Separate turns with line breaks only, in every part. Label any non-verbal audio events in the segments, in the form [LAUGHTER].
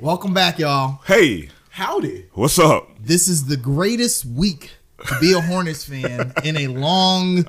Welcome back, y'all.
Hey,
Howdy.
what's up?
This is the greatest week to be
[LAUGHS]
a Hornets fan in a long,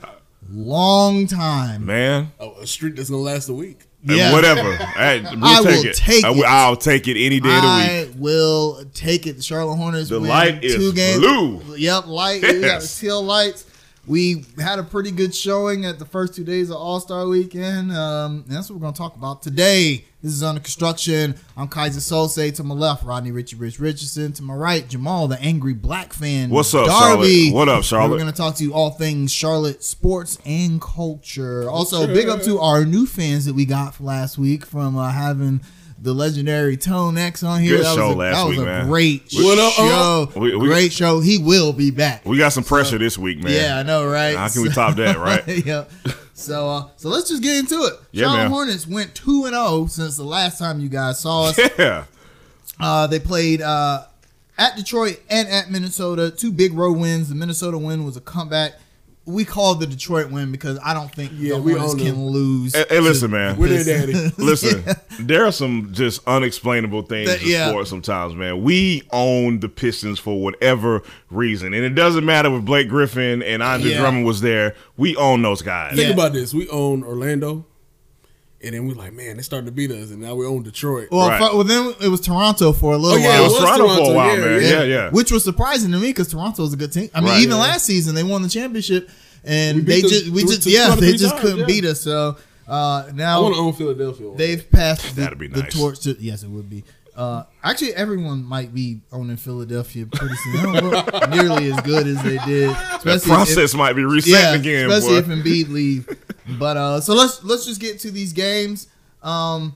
long time.
Man,
Oh, a streak that's gonna last a week.
Yeah. [LAUGHS]
whatever. Hey, we'll
I
take
will
it.
take
I will,
it.
I'll take it any day of the week.
I will take it. The Charlotte Hornets.
The
win
light is
two games.
blue.
Yep, light. We got the
Yes.
teal lights. We had a pretty good showing at the first two days of All Star Weekend. Um, and that's what we're going to talk about today. This is under construction. I'm Kaiser Sose to my left, Rodney Richie Rich Richardson to my right, Jamal, the angry black fan.
What's up,
Darby.
Charlotte? What up, Charlotte?
We're going to talk to you all things Charlotte sports and culture. Also, big up to our new fans that we got for last week from uh, having the legendary Tone X on here.
Good
that
show
was a,
last
that was
week,
a
man.
great
What up,
show.
We- we-
great show. He will be back.
We got some pressure this week, man.
yeah, I know, right?
How can
[LAUGHS]
we top that, right? [LAUGHS]
yep. So, uh, so let's just get into it.
Yeah,
Charlotte
man.
Hornets went two and zero since the last time you guys saw us.
yeah.
Uh, they played uh, at Detroit and at Minnesota. Two big road wins. The Minnesota win was a comeback. We called the Detroit win because I don't think
Yeah,
the
we
Hornets
own
can
them.
lose.
Hey, hey, listen, man.
We're their daddy.
[LAUGHS]
[LAUGHS]
Listen, there are some just unexplainable things
That-
in
yeah.
sports sometimes, man. We own the Pistons for whatever reason. And it doesn't matter if Blake Griffin and Andre
Yeah.
Drummond was there. We own those guys.
Yeah.
Think about this. We own Orlando, and then we're like, man, they starting to beat us, and now we own Detroit.
Well,
Right.
fu- well, then it was Toronto for a little
Oh, yeah,
It
while.
was
was
Toronto for a
Toronto,
while,
yeah,
man. Yeah, yeah.
Which was surprising to me because Toronto is a good team. I mean,
Right.
even
Yeah.
last season they won the championship,
We
and
beat
they
them
just we
th-
just
th-
yeah
two out of
they
three
just
times,
couldn't
yeah.
beat us. So uh,
I
now
want to own Philadelphia.
They've passed the,
That'd be
the
nice.
torch to yes, it would be. Uh, actually, everyone might be owning Philadelphia pretty soon. They don't look [LAUGHS] nearly as good as they did.
That
Especially
process
if,
might be reset
yeah,
again,
especially
boy.
if Embiid leave.
[LAUGHS]
But uh, so let's let's just get to these games. Um,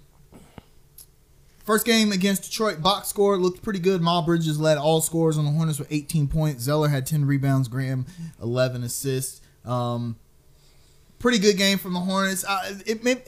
first game against Detroit, box score looked pretty good. Miles Bridges led all scores on the Hornets with 18 points. Zeller had 10 rebounds. Graham 11 assists. Um, pretty good game from the Hornets. Uh, it may,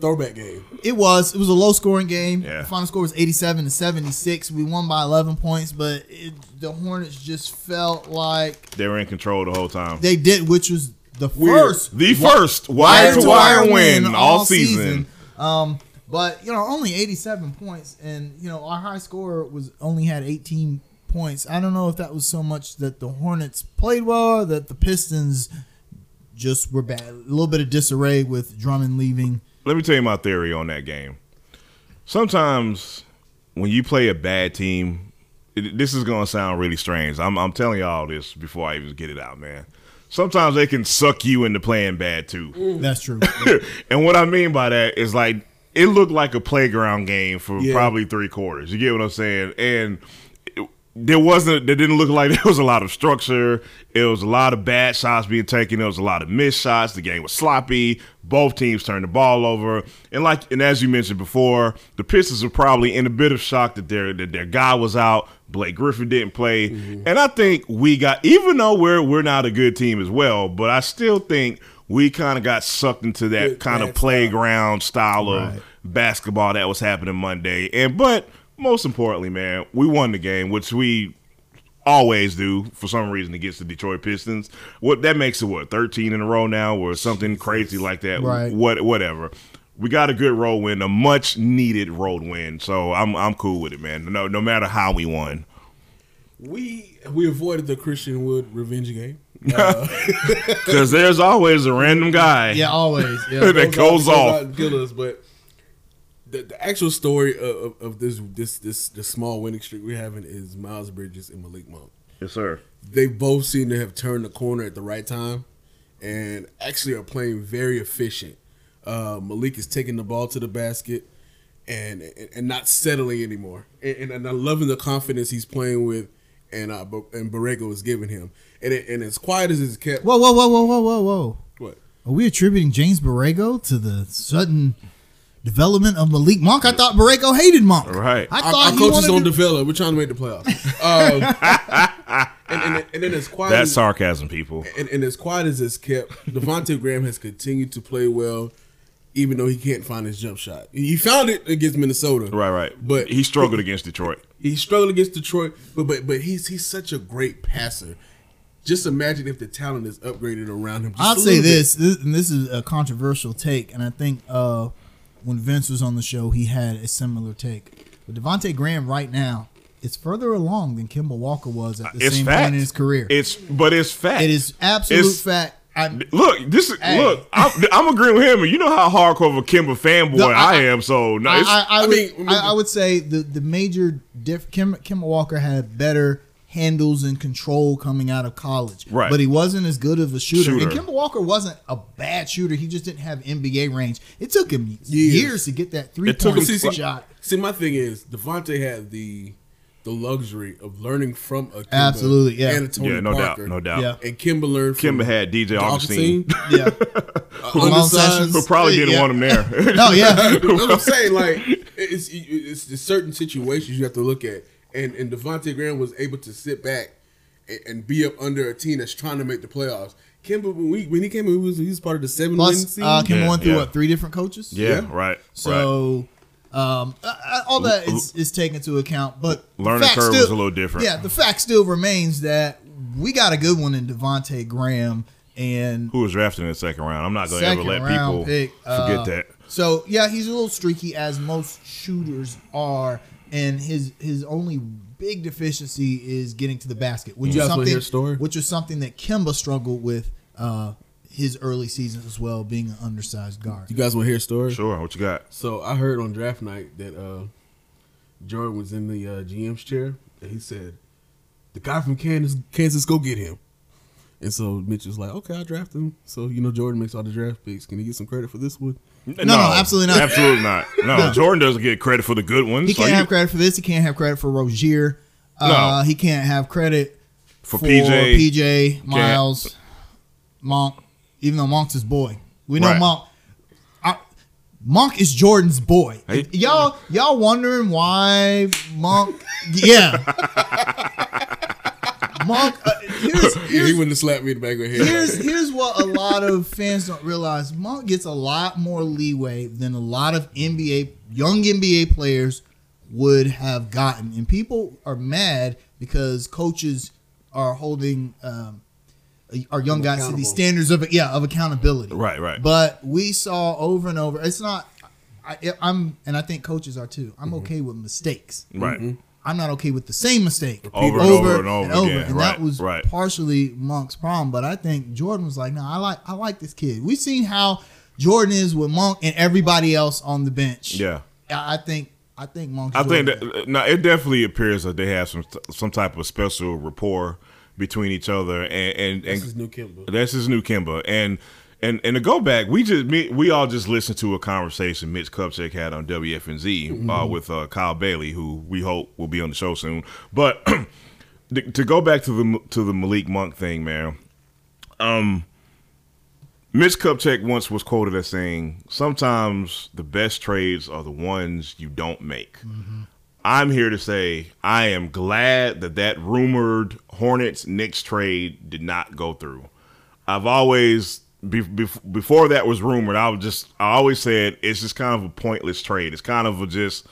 Throwback game.
it was. It was a low scoring game.
Yeah.
The final score was 87 to 76. We won by 11 points, but it, the Hornets just felt like
they were in control the whole time.
they did, which was the
Weird.
first
the first wire to wire win all season.
Um, but, you know, only 87 points, and, you know, our high scorer was only had 18 points. I don't know if that was so much that the Hornets played well or that the Pistons just were bad. A little bit of disarray with Drummond leaving.
Let me tell you my theory on that game. Sometimes when you play a bad team, it, this is gonna sound really strange. I'm, I'm telling y'all this before I even get it out, man. Sometimes they can suck you into playing bad too.
That's
[LAUGHS]
true.
and what I mean by that is like it looked like a playground game for
Yeah.
probably three quarters. You get what I'm saying? And it- there wasn't. There didn't look like [LAUGHS] there was a lot of structure. It was a lot of bad shots being taken. There was a lot of missed shots. The game was sloppy. Both teams turned the ball over. And like and as you mentioned before, the Pistons were probably in a bit of shock that their that their guy was out. Blake Griffin didn't play. And I think we got even though we're we're not a good team as well, but I still think we kind of got sucked into that
Good
kind of
bad
playground style of
Right.
basketball that was happening Monday. And but most importantly, man, we won the game, which we always do for some reason against the Detroit Pistons. What that makes it what thirteen in a row now, or something crazy like that.
Right.
What whatever. We got a good road win, a much needed road win. So I'm I'm cool with it, man. No no matter how we won.
We we avoided the Christian Wood revenge game. Uh,
Because there's always a random guy.
Yeah, always. Yeah.
That goes
out-
off.
out and kill us, but the, the actual story of, of, of this this this this small winning streak we're having is Miles Bridges and Malik Monk.
Yes, sir.
they both seem to have turned the corner at the right time and actually are playing very efficient. Uh, Malik is taking the ball to the basket and and, and not settling anymore. And, and, and I'm loving the confidence he's playing with and uh, Bo- and Borrego is giving him. And it, and as quiet as it's kept,
Whoa, whoa, whoa, whoa, whoa, whoa, whoa.
what?
Are we attributing James Borrego to the sudden development of Malik Monk? I thought Borrego hated Monk.
Right.
I
Our,
thought
our
he
coaches
wanted
don't
to-
develop. We're trying to make
[LAUGHS]
the playoffs. Um, and, and, and then as
Um,
quiet
That's
as,
sarcasm, people.
and, and as quiet as it's kept,
[LAUGHS]
Devontae Graham has continued to play well, even though he can't find his jump shot. He found it against Minnesota,
Right, right.
But
he struggled against Detroit.
he struggled against Detroit, but but but he's he's such a great passer. Just imagine if the talent is upgraded around him. just
I'll
a
say
little bit.
this, this, and this is a controversial take, and I think uh, when Vince was on the show, he had a similar take. But Devontae Graham right now is further along than Kimball Walker was at the
It's
same
fact.
point in his career.
It's but it's fact.
it is absolute
it's-
fact. I,
Look, this is
Hey.
look. I'm, I'm agreeing with him, and you know how hardcore of a Kimba fanboy
No,
I,
I-
am. So no, it's,
I, I, I,
I
would,
mean-
I, I would say the the major diff. Kim Kim Walker had better handles and control coming out of college,
Right.
But he wasn't as good of a shooter.
Shooter.
And Kim Walker wasn't a bad shooter. He just didn't have NBA range. It took him years,
Years.
to get that three
It took
point
him- [LAUGHS]
shot.
See, my thing is Devontae had the the luxury of learning from a Kimba
Absolutely, yeah.
and a Tony
yeah, no
Parker.
doubt, no doubt.
Yeah.
And Kimba learned. from
Kimba had DJ Augustine,
[LAUGHS]
Yeah, Ramon
undersized-
Sessions.
who probably didn't
Yeah.
want him
[LAUGHS]
there.
No, yeah.
That's what I'm saying. Like it's it's the certain situations you have to look at, and and Devontae Graham was able to sit back and, and be up under a team that's trying to make the playoffs. Kimba, when, we, when he came in, he was, he was part of the seven win
Plus,
team.
uh, Kim
Yeah,
went through
yeah.
what three different coaches.
[LAUGHS] yeah,
Yeah.
right. right.
So, um, uh, uh, all that is, is taken into account, but the
Learning
fact
curve was a little different.
Yeah, the fact still remains that we got a good one in Devonte Graham, and
who was drafted in the second round? I'm not going to ever
second
let
round
people
pick. uh,
forget that.
So yeah, he's a little streaky as most shooters are, and his his only big deficiency is getting to the basket, which
You
is
guys wanna
something
hear a story?
which is something that Kimba struggled with uh, his early seasons as well, being an undersized guard.
you guys want to hear a story?
Sure, what you got?
So I heard on draft night that uh, Jordan was in the uh, GM's chair, and he said, "The guy from Kansas, Kansas, go get him." And so Mitch was like, "Okay, I'll draft him." So you know, Jordan makes all the draft picks. Can he get some credit for this one?
No,
absolutely not. [LAUGHS]
Absolutely not. No, Jordan doesn't get credit for the good ones.
He
So
can't
you-
have credit for this. He can't have credit for Rozier. Uh,
No.
He can't have credit
For PJ.
PJ, Miles, Monk, even though Monk's his boy. We know
Right.
Monk. I, Monk is Jordan's boy.
Hey.
Y'all, y'all wondering why Monk?
[LAUGHS]
Yeah. Monk. Uh, here's,
Yeah,
here's,
[LAUGHS] he wouldn't have slapped me in the back of the
[LAUGHS]
head.
here's here's what a lot of fans don't realize. Monk gets a lot more leeway than a lot of NBA young NBA players would have gotten, and people are mad because coaches are holding um, our young guys to these
Accountable.
standards of yeah of accountability.
Right, right.
But we saw over and over. It's not. I, I'm and I think coaches are too. I'm okay with mistakes.
Mm-hmm. Right.
I'm not okay with the same mistake
Over and over and over again.
and
Right,
that was
right.
partially Monk's problem. But I think Jordan was like, "No, I like I like this kid." We've seen how Jordan is with Monk and everybody else on the bench.
Yeah.
I I think I think Monk.
I think that now it definitely appears that they have some some type of special rapport between each other, and and, and
This is new Kimba.
That's his new Kimba. And and and to go back, we just me, we all just listened to a conversation Mitch Kupchak had on WFNZ uh, with uh, Kyle Bailey, who we hope will be on the show soon. But [CLEARS THROAT] to, to go back to the to the Malik Monk thing, man. um, Mitch Kupchak once was quoted as saying, "Sometimes the best trades are the ones you don't make." I'm here to say I am glad that that rumored Hornets Knicks trade did not go through. I've always be, bef- before that was rumored, I was just I always said it's just kind of a pointless trade. It's kind of a just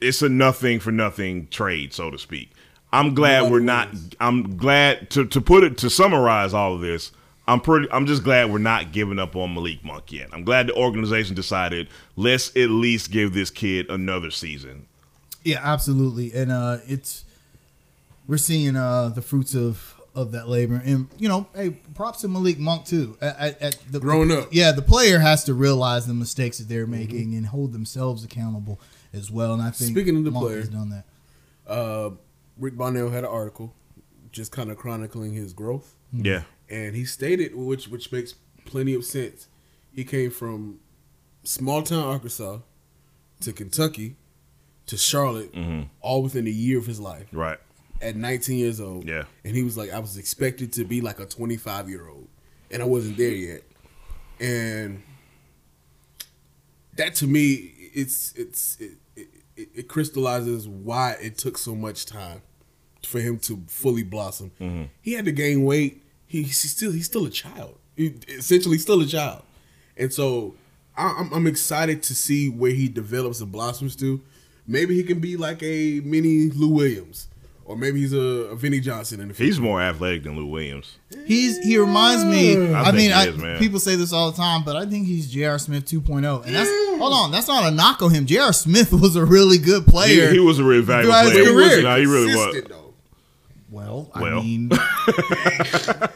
it's a nothing for nothing trade, so to speak. I'm glad we're not. I'm glad to to put it to summarize all of this. I'm pretty. I'm just glad we're not giving up on Malik Monk yet. I'm glad the organization decided let's at least give this kid another season.
yeah, absolutely. And uh, it's we're seeing uh, the fruits of of that labor, and you know, hey, props to Malik Monk too. At, at, at the,
Growing up. Mm-hmm.
yeah, the player has to realize the mistakes that they're making and hold themselves accountable as well. And I think
Speaking of the
Monk
player.
has done that.
Uh, Rick Bonnell had an article just kind of chronicling his growth,
Yeah,
and he stated, which which makes plenty of sense. He came from small town Arkansas to Kentucky to Charlotte, all within a year of his life
Mm-hmm. right.
at 19 years old.
Yeah.
and he was like, I was expected to be like a 25 year old, and I wasn't there yet. And that to me, it's it's it, it, it, it crystallizes why it took so much time for him to fully blossom. He had to gain weight. He, he's still he's still a child. He, essentially, still a child. And so I, I'm, I'm excited to see where he develops and blossoms to. Maybe he can be like a mini Lou Williams, or maybe he's a, a Vinnie Johnson in the future.
He's more athletic than Lou Williams.
He's he reminds me. I,
think
mean,
he
I,
is, man.
people say this all the time, but I think he's J.R. Smith 2.0, oh. and that's Hold on, that's not a knock on him. J.R. Smith [LAUGHS] was a really good player.
He, he was a really valuable
Throughout his
player.
career.
Nah, he really was.
Consistent, though.
well, I
Well. [LAUGHS]
mean,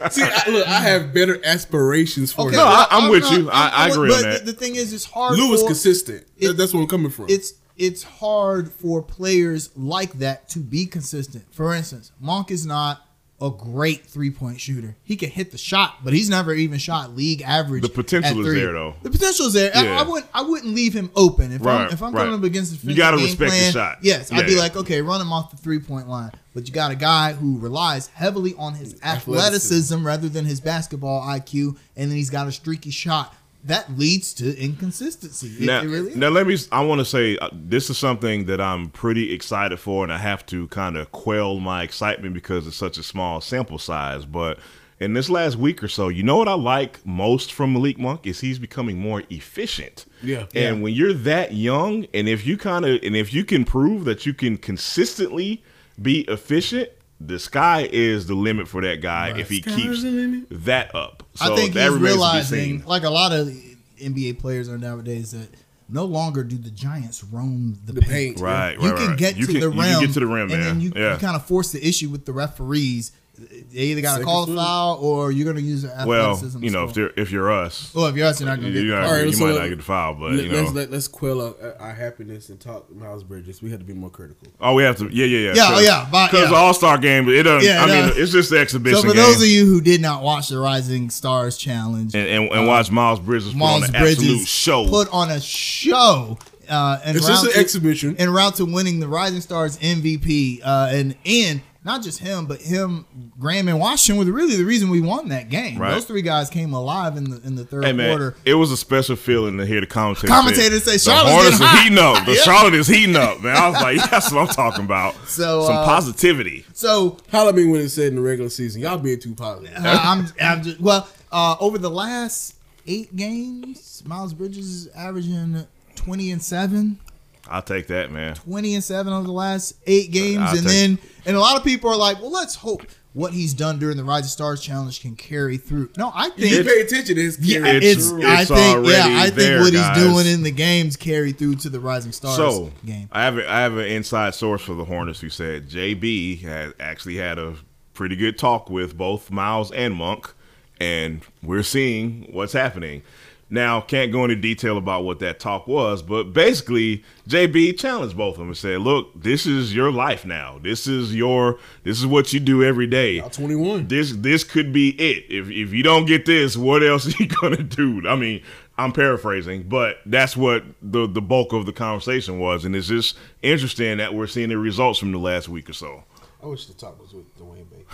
See, I, look, I have better aspirations for
okay,
No,
him.
I- I'm
I'm
with
not-
you. I- I
I'm-
agree
but
on
the-
that.
The thing is, it's hard.
Lou is
for-
consistent.
it-
That's where I'm coming from.
it's it's hard for players like that to be consistent. For instance, Monk is not a great three point shooter. He can hit the shot, but he's never even shot league average.
The potential
at
is
three.
there, though.
The potential is there. I-
Yeah.
I, wouldn't I wouldn't leave him open if
Right,
I'm if I'm
right.
coming up against a
You
defensive
gotta
game
respect the
plan,
shot.
Yes, I'd be
Yeah.
like, okay, run him off the three point line. But you got a guy who relies heavily on his athleticism,
Athleticism.
rather than his basketball IQ, and then he's got a streaky shot. That leads to inconsistency. It-
now,
it really is.
now let me. I want to say uh, this is something that I'm pretty excited for, and I have to kind of quell my excitement because it's such a small sample size. But in this last week or so, you know what I like most from Malik Monk is he's becoming more efficient.
Yeah.
and when you're that young, and if you kind of, and if you can prove that you can consistently be efficient. The sky is the limit for that guy if he
Sky's
keeps
the limit.
that up. So
I think
that
he's
remains to be
realizing,
seen.
like a lot of NBA players are nowadays, that no longer do the Giants roam the,
The
paint.
paint.
Right, right,
You can
right.
get
you
to
can,
the
you
rim.
can get to the rim,
and
man.
then you,
yeah.
kind of force the issue with the referees. They either got to
Second
call a
foot.
foul or you're going to use an
well,
athleticism.
you know, if
score.
they're if you're us,
well, if you're actually not going to
you,
get,
are-
the
All right,
you
so
might
let-
not get the foul, but
Let,
you know,
us let, us quell our, our happiness and talk Miles Bridges. We had to be more critical.
oh, we have to, yeah, yeah, yeah,
Yeah, oh, yeah, by-
because
yeah.
the All Star game, it doesn't.
Yeah,
I
it
mean,
does.
it's just the exhibition
So for
game,
those of you who did not watch the Rising Stars Challenge,
and and, and watch Miles Bridges
Uh, Miles
put on an absolute
Bridges
show.
put on a show. Uh, and
It's just an exhibition.
En route to winning the Rising Stars MVP, uh, and and not just him, but him, Graham, and Washington was really the reason we won that game.
Right.
Those three guys came alive in the in the third
Hey man,
quarter.
it was a special feeling to hear the commentator.
Commentators say Charlotte's
the Hornets
getting
are
hot."
heating up. The
[LAUGHS] Yeah.
Charlotte is heating up, man. I was like, [LAUGHS] yeah, that's what I'm talking about.
So,
some
uh,
positivity.
So
Holla at me when it said in the regular season. Y'all being too positive.
uh, I'm, I'm just well uh, over the last eight games, Miles Bridges is averaging twenty and seven.
I'll take that, man.
20 and 7 over the last eight games.
I'll
and
take-
then, and a lot of people are like, well, let's hope what he's done during the Rise of Stars challenge can carry through. No, I
You didn't
think.
pay attention to his
Yeah,
carry.
it's,
It's-
I
it's
think yeah,
already
I think
there,
what
guys.
he's doing in the games carry through to the Rising Stars
So
game.
I have a, I have an inside source for the Hornets who said JB had actually had a pretty good talk with both Miles and Monk, and we're seeing what's happening. Now can't go into detail about what that talk was, but basically JB challenged both of them and said, "Look, this is your life now. This is your this is what you do every day.
Y'all 21.
This this could be it. If if you don't get this, what else [LAUGHS] are you gonna do? I mean, I'm paraphrasing, but that's what the the bulk of the conversation was, and it's just interesting that we're seeing the results from the last week or so.
I wish the top was with Dwayne Bacon.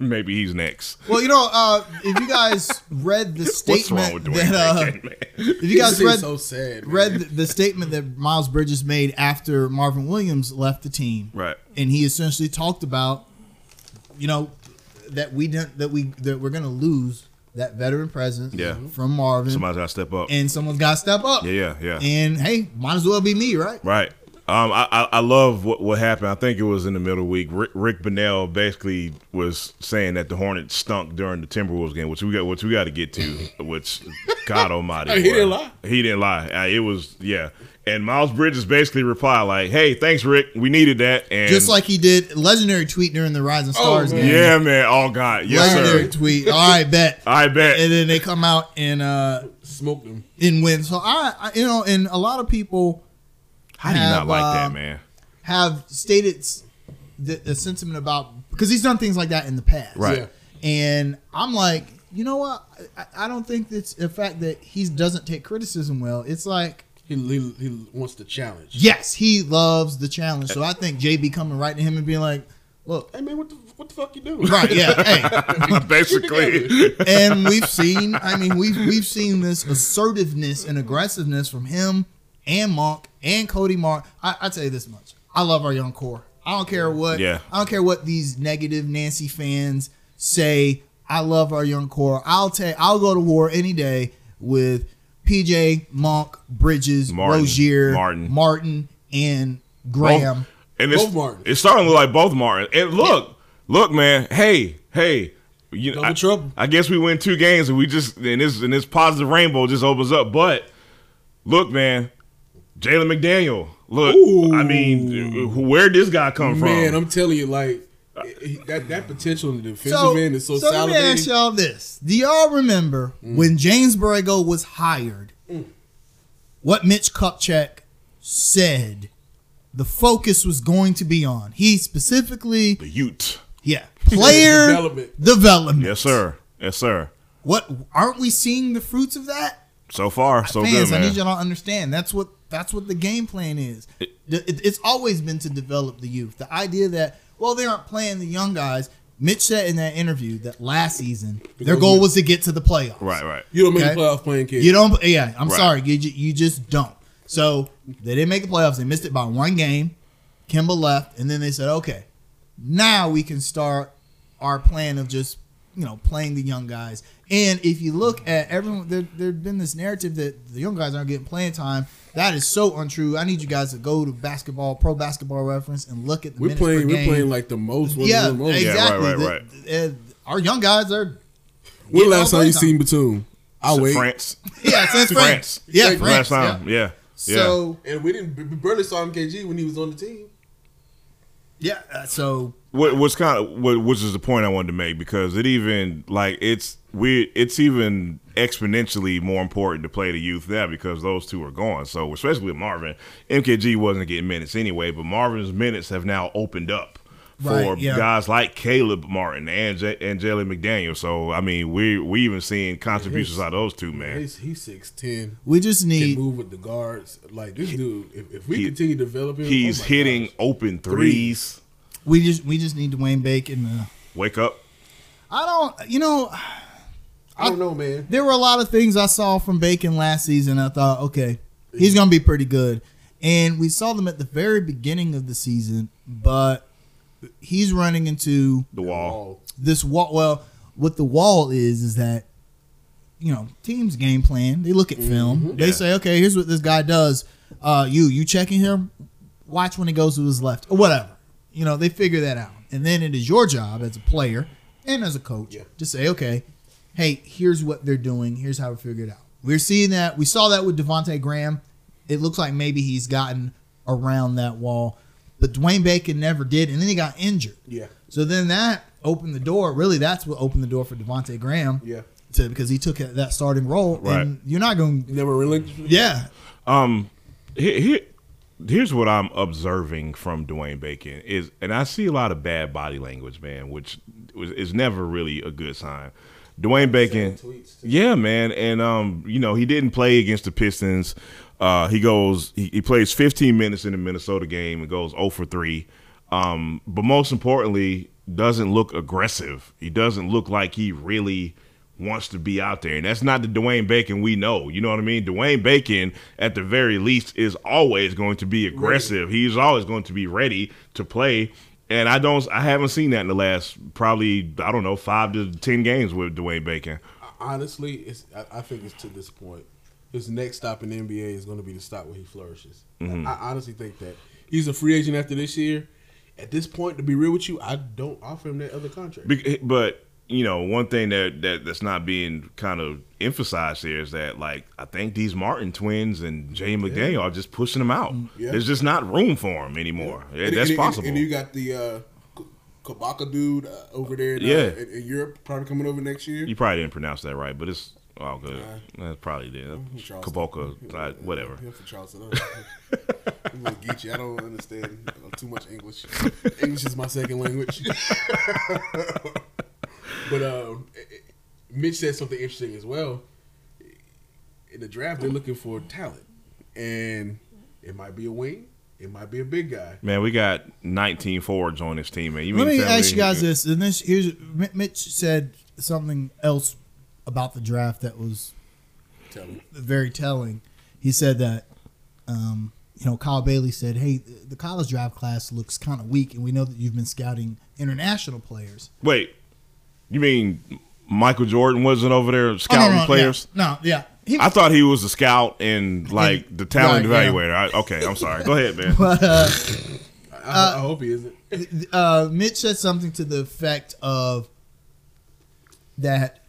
Maybe he's next.
Well, you know, uh, if you guys read the
[LAUGHS] What's wrong
statement
with
that
Dwayne
uh,
Bacon, man?
if you guys read
so sad. man.
read the, the statement that Miles Bridges made after Marvin Williams left the team,
Right.
And he essentially talked about, you know, that we didn't that we that we're gonna lose that veteran presence,
Yeah.
from Marvin,
Somebody's gotta step up.
and someone's got to step up,
Yeah, yeah, yeah.
And hey, might as well be me, right?
Right. Um, I, I, I love what, what happened. I think it was in the middle of the week. Rick, Rick Bonnell basically was saying that the Hornets stunk during the Timberwolves game, which we got which we got to get to. Which God Almighty,
[LAUGHS] He didn't
boy.
lie.
He didn't lie. Uh, it was yeah. And Miles Bridges basically replied like, "Hey, thanks, Rick. We needed that." And
Just like he did legendary tweet during the Rising Stars
man.
game.
yeah, man. Oh God, yes
legendary
sir.
tweet. All right, bet.
I bet.
And then they come out and uh
Smoked him.
and win. So I, I you know, and a lot of people
How do you not
have,
like
uh,
that, man?
have stated s- the, the sentiment about because he's done things like that in the past,
Right.
Yeah.
And I'm like, you know what? I, I don't think it's the fact that he doesn't take criticism well. It's like,
He, he, he wants the challenge.
yes, he loves the challenge. So I think JB coming right to him and being like, look,
Hey man, what the what the fuck you doing? [LAUGHS]
right, yeah, hey,
[LAUGHS] basically,
and we've seen I mean we've we've seen this assertiveness and aggressiveness from him and Monk and Cody Mark. I, I tell you this much. I love our young core. I don't care what
Yeah.
I don't care what these negative Nancy fans say. I love our young core. I'll take I'll go to war any day with PJ, Monk, Bridges,
Martin.
Rozier,
Martin.
Martin, and Graham.
Both- and it's,
Both Martins.
it's starting to look like both Martins. And look, look, man. Hey, hey. You know,
Double
I,
trouble.
I guess we win two games and we just and this and this positive rainbow just opens up. But look, man, Jalen McDaniel. Look, I mean, wh- where did this guy come
Man,
from?
I'm telling you, like he- that that potential in the defensive
So,
end is so,
so let me ask
salivating. Mm.
y'all this: Do y'all remember when James Borrego was hired? What Mitch Kupchak said the focus was going to be on. He specifically,
the Ute.
[LAUGHS]
yeah, player
Development.
development.
Yes, sir. Yes, sir.
What aren't we seeing the fruits of that?
So far, so
fans,
good, man.
I need y'all to understand. That's what that's what the game plan is. The- it- it's always been to develop the youth. The idea that well, they aren't playing the young guys. Mitch said in that interview that last season their
Because
goal
you-
was to get to the playoffs.
right, right.
You don't make
Okay.
the playoff playing kids.
You don't. Yeah, I'm
Right.
sorry. You ju- you just don't. So they didn't make the playoffs. They missed it by one game. Kimba left, and then they said, okay, now we can start our plan of just you know playing the young guys. And if you look at everyone, there there's been this narrative that the young guys aren't getting playing time. That is so untrue. I need you guys to go to basketball, pro basketball reference, and look at the
We're
minutes per
playing. We're
game.
playing like the most. One
yeah,
of the most.
Yeah,
exactly.
right,
The-
right,
the- our young guys are.
When
getting
last
all
time you
playing
seen Batum? I wait.
France.
Yeah, since France.
[LAUGHS] France.
Yeah,
Like
France.
Last
yeah.
time. Yeah. Yeah.
So.
And we didn't. We barely saw MKG when he was on the team.
Yeah. uh, So
What, what's kind of what, which is the point I wanted to make because it even like it's we it's even exponentially more important to play the youth now because those two are gone. So especially with Marvin, MKG wasn't getting minutes anyway, but Marvin's minutes have now opened up for
Right, yeah.
guys like Caleb Martin and J- and Jalen McDaniel. So I mean, we we even seeing contributions out of those two man.
He's he's six ten.
we just
Can
need.
move with the guards. Like this dude. If, if we
He-
continue developing,
He's
oh my
hitting
gosh.
open threes.
We just we just need Dwayne Bacon. Uh,
Wake up.
I don't. You know,
I don't know, man.
there were a lot of things I saw from Bacon last season. I thought, okay, he's gonna be pretty good. And we saw them at the very beginning of the season, but he's running into
The wall.
Oh,
this wall. Well, what the wall is is that you know teams game plan. They look at
Mm-hmm.
film. They
Yeah.
say, okay, here's what this guy does. Uh, you you checking him? Watch when he goes to his left or whatever. You know they figure that out, and then it is your job as a player and as a coach
Yeah.
to say, okay, hey, here's what they're doing. Here's how we figure it out. We're seeing that. We saw that with Devonte Graham. It looks like maybe he's gotten around that wall, but Dwayne Bacon never did, and then he got injured.
yeah,
So then that opened the door. Really, that's what opened the door for Devonte Graham.
yeah.
To, because he took that starting role,
Right.
and you're not going. to...
Never relinquished.
Yeah,
Um, here, here, here's what I'm observing from Dwayne Bacon is, and I see a lot of bad body language, man, which was- is never really a good sign. Dwayne Bacon,
tweets, too.
yeah, man, and um, you know, he didn't play against the Pistons. Uh, he goes, he, he plays 15 minutes in the Minnesota game and goes 0 for 3. Um, but most importantly, doesn't look aggressive. He doesn't look like he really wants to be out there. And that's not the Dwayne Bacon we know. You know what I mean? Dwayne Bacon, at the very least, is always going to be aggressive. He's always going to be ready to play. And I don't I haven't seen that in the last probably, I don't know, five to ten games with Dwayne Bacon.
Honestly, it's I, I think it's to this point. His next stop in the NBA is going to be the stop where he flourishes.
Mm-hmm.
I honestly think that he's a free agent after this year. At this point, to be real with you, I don't offer him that other contract.
Bec- eh, But you know, one thing that, that that's not being kind of emphasized here is that like I think these Martin twins and Jay McDaniel are just pushing him out.
Mm-hmm. Yeah.
There's just not room for him anymore. Yeah,
And-
that's
and- and-
possible.
And, you got the uh, K- Kabaka dude uh, over there. In, uh,
Yeah.
in, in Europe, probably coming over next year.
You probably didn't pronounce that right, but it's all good. That's probably the
Charleston.
Kaboka, I- whatever.
Yeah, for Charleston. I'm I'm a little geeky. I don't understand uh, too much English. English is my second language. [LAUGHS] but um, it- it- Mitch said something interesting as well. In the draft, they're looking for talent, and it might be a wing, it might be a big guy.
Man, we got 19 forwards on this team, man. You
Let me
mean to tell
ask you guys this, and this here's M- Mitch said something else about the draft that was
Talent.
very telling. He said that, um, you know, Kyle Bailey said, "Hey, the the college draft class looks kind of weak, and we know that you've been scouting international players."
Wait, you mean Michael Jordan wasn't over there
Oh, no,
scouting
no, no,
players?
yeah. No, yeah, He-
I thought he was a scout and like the talent
Right, yeah.
evaluator. I, okay, I'm sorry. Go ahead, man.
but uh,
I, I, I hope he isn't.
uh, Mitch said something to the effect of that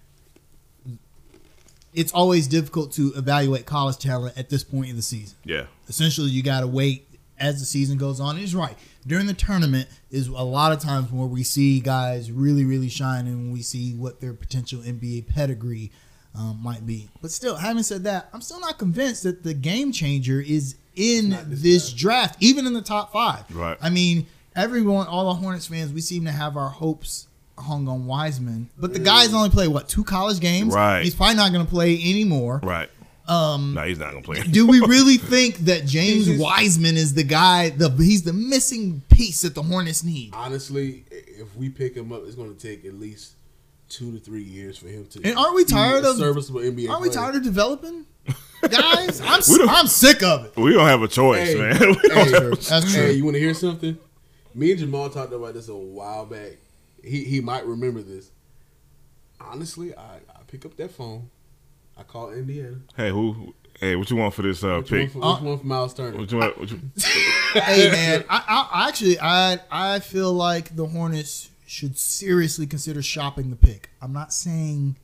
it's always difficult to evaluate college talent at this point in the season.
Yeah.
Essentially, you got to wait as the season goes on. And he's right. During the tournament is a lot of times where we see guys really, really shine and we see what their potential NBA pedigree um, might be. But still, having said that, I'm still not convinced that the game changer is in this, draft, even in the top five.
Right.
I mean, everyone, all the Hornets fans, we seem to have our hopes hung on Wiseman, but the guy's only played what two college games.
Right.
He's probably not going to play anymore.
Right. Um, no, he's not gonna play.
Do
[LAUGHS]
we really think that James Wiseman is the guy? The he's the missing piece that the Hornets need.
Honestly, i- if we pick him up, it's going to take at least two to three years for him to.
And aren't we
be
tired
a
of-
serviceable NBA?
Aren't we
player.
tired of [LAUGHS] developing guys? I'm
We don't-
I'm sick of it. [LAUGHS]
we don't have a choice,
Hey,
man. [LAUGHS] We don't
hey,
have a-
That's
hey,
true.
you want to hear something? Me and Jamal talked about this a while back. He he might remember this. Honestly, I, I pick up that phone. I call Indiana.
hey, who? Hey, what you want for this uh,
Which one,
pick?
for,
Uh,
which one for Miles Turner?
What you want? What you,
hey man, I, I I actually I I feel like the Hornets should seriously consider shopping the pick. I'm not saying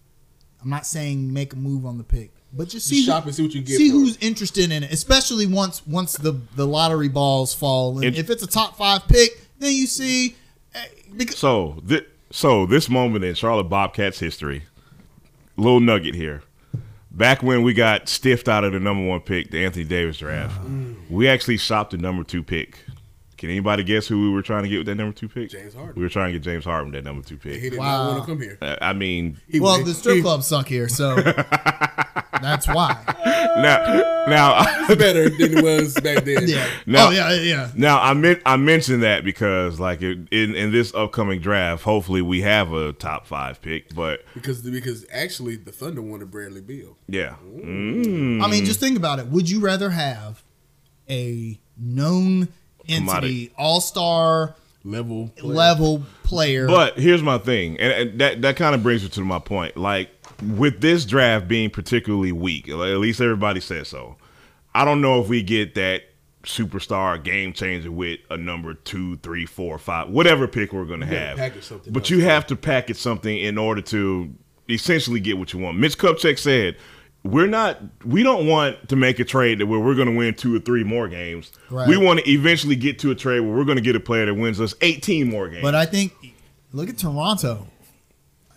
I'm not saying make a move on the pick, but just see
Just shop and see what you get.
see
for it.
who's interested in it, especially once once the the lottery balls fall. And
It-
if it's a top five pick, then you see eh, because
so, thi- so this moment in Charlotte Bobcats history, little nugget here. Back when we got stiffed out of the number one pick, the Anthony Davis draft, we actually shopped the number two pick. Can anybody guess who we were trying to get with that number two pick?
James Harden.
We were trying to get James Harden with that number two
He
pick.
did
Wow.
not want to come here.
Uh, I mean,
He
well
was-
the strip
he-
clubs suck here,
[LAUGHS]
so that's why.
now, now, [LAUGHS]
It's [LAUGHS] better than it was back
[LAUGHS]
then.
Yeah.
Now-
oh yeah, yeah.
Now I meant I mentioned that because like in in this upcoming draft, hopefully we have a top five pick. But
Because because actually the Thunder wanted Bradley Beal.
yeah,
I
Hmm.
mean, just think about it. Would you rather have a known entity,
Commodity.
all star
Level player.
level player?
but here's my thing, and, and that that kind of brings me to my point. Like with this draft being particularly weak, at least everybody says so. I don't know if we get that superstar game changer with a number two, three, four, five, whatever pick we're gonna
gotta
have.
package something
but
else,
you have to package something in order to essentially get what you want. Mitch Kupchak said, "We're not. We don't want to make a trade that where we're going to win two or three more games.
Right.
We want to eventually get to a trade where we're going to get a player that wins us 18 more games.
But I think look at Toronto.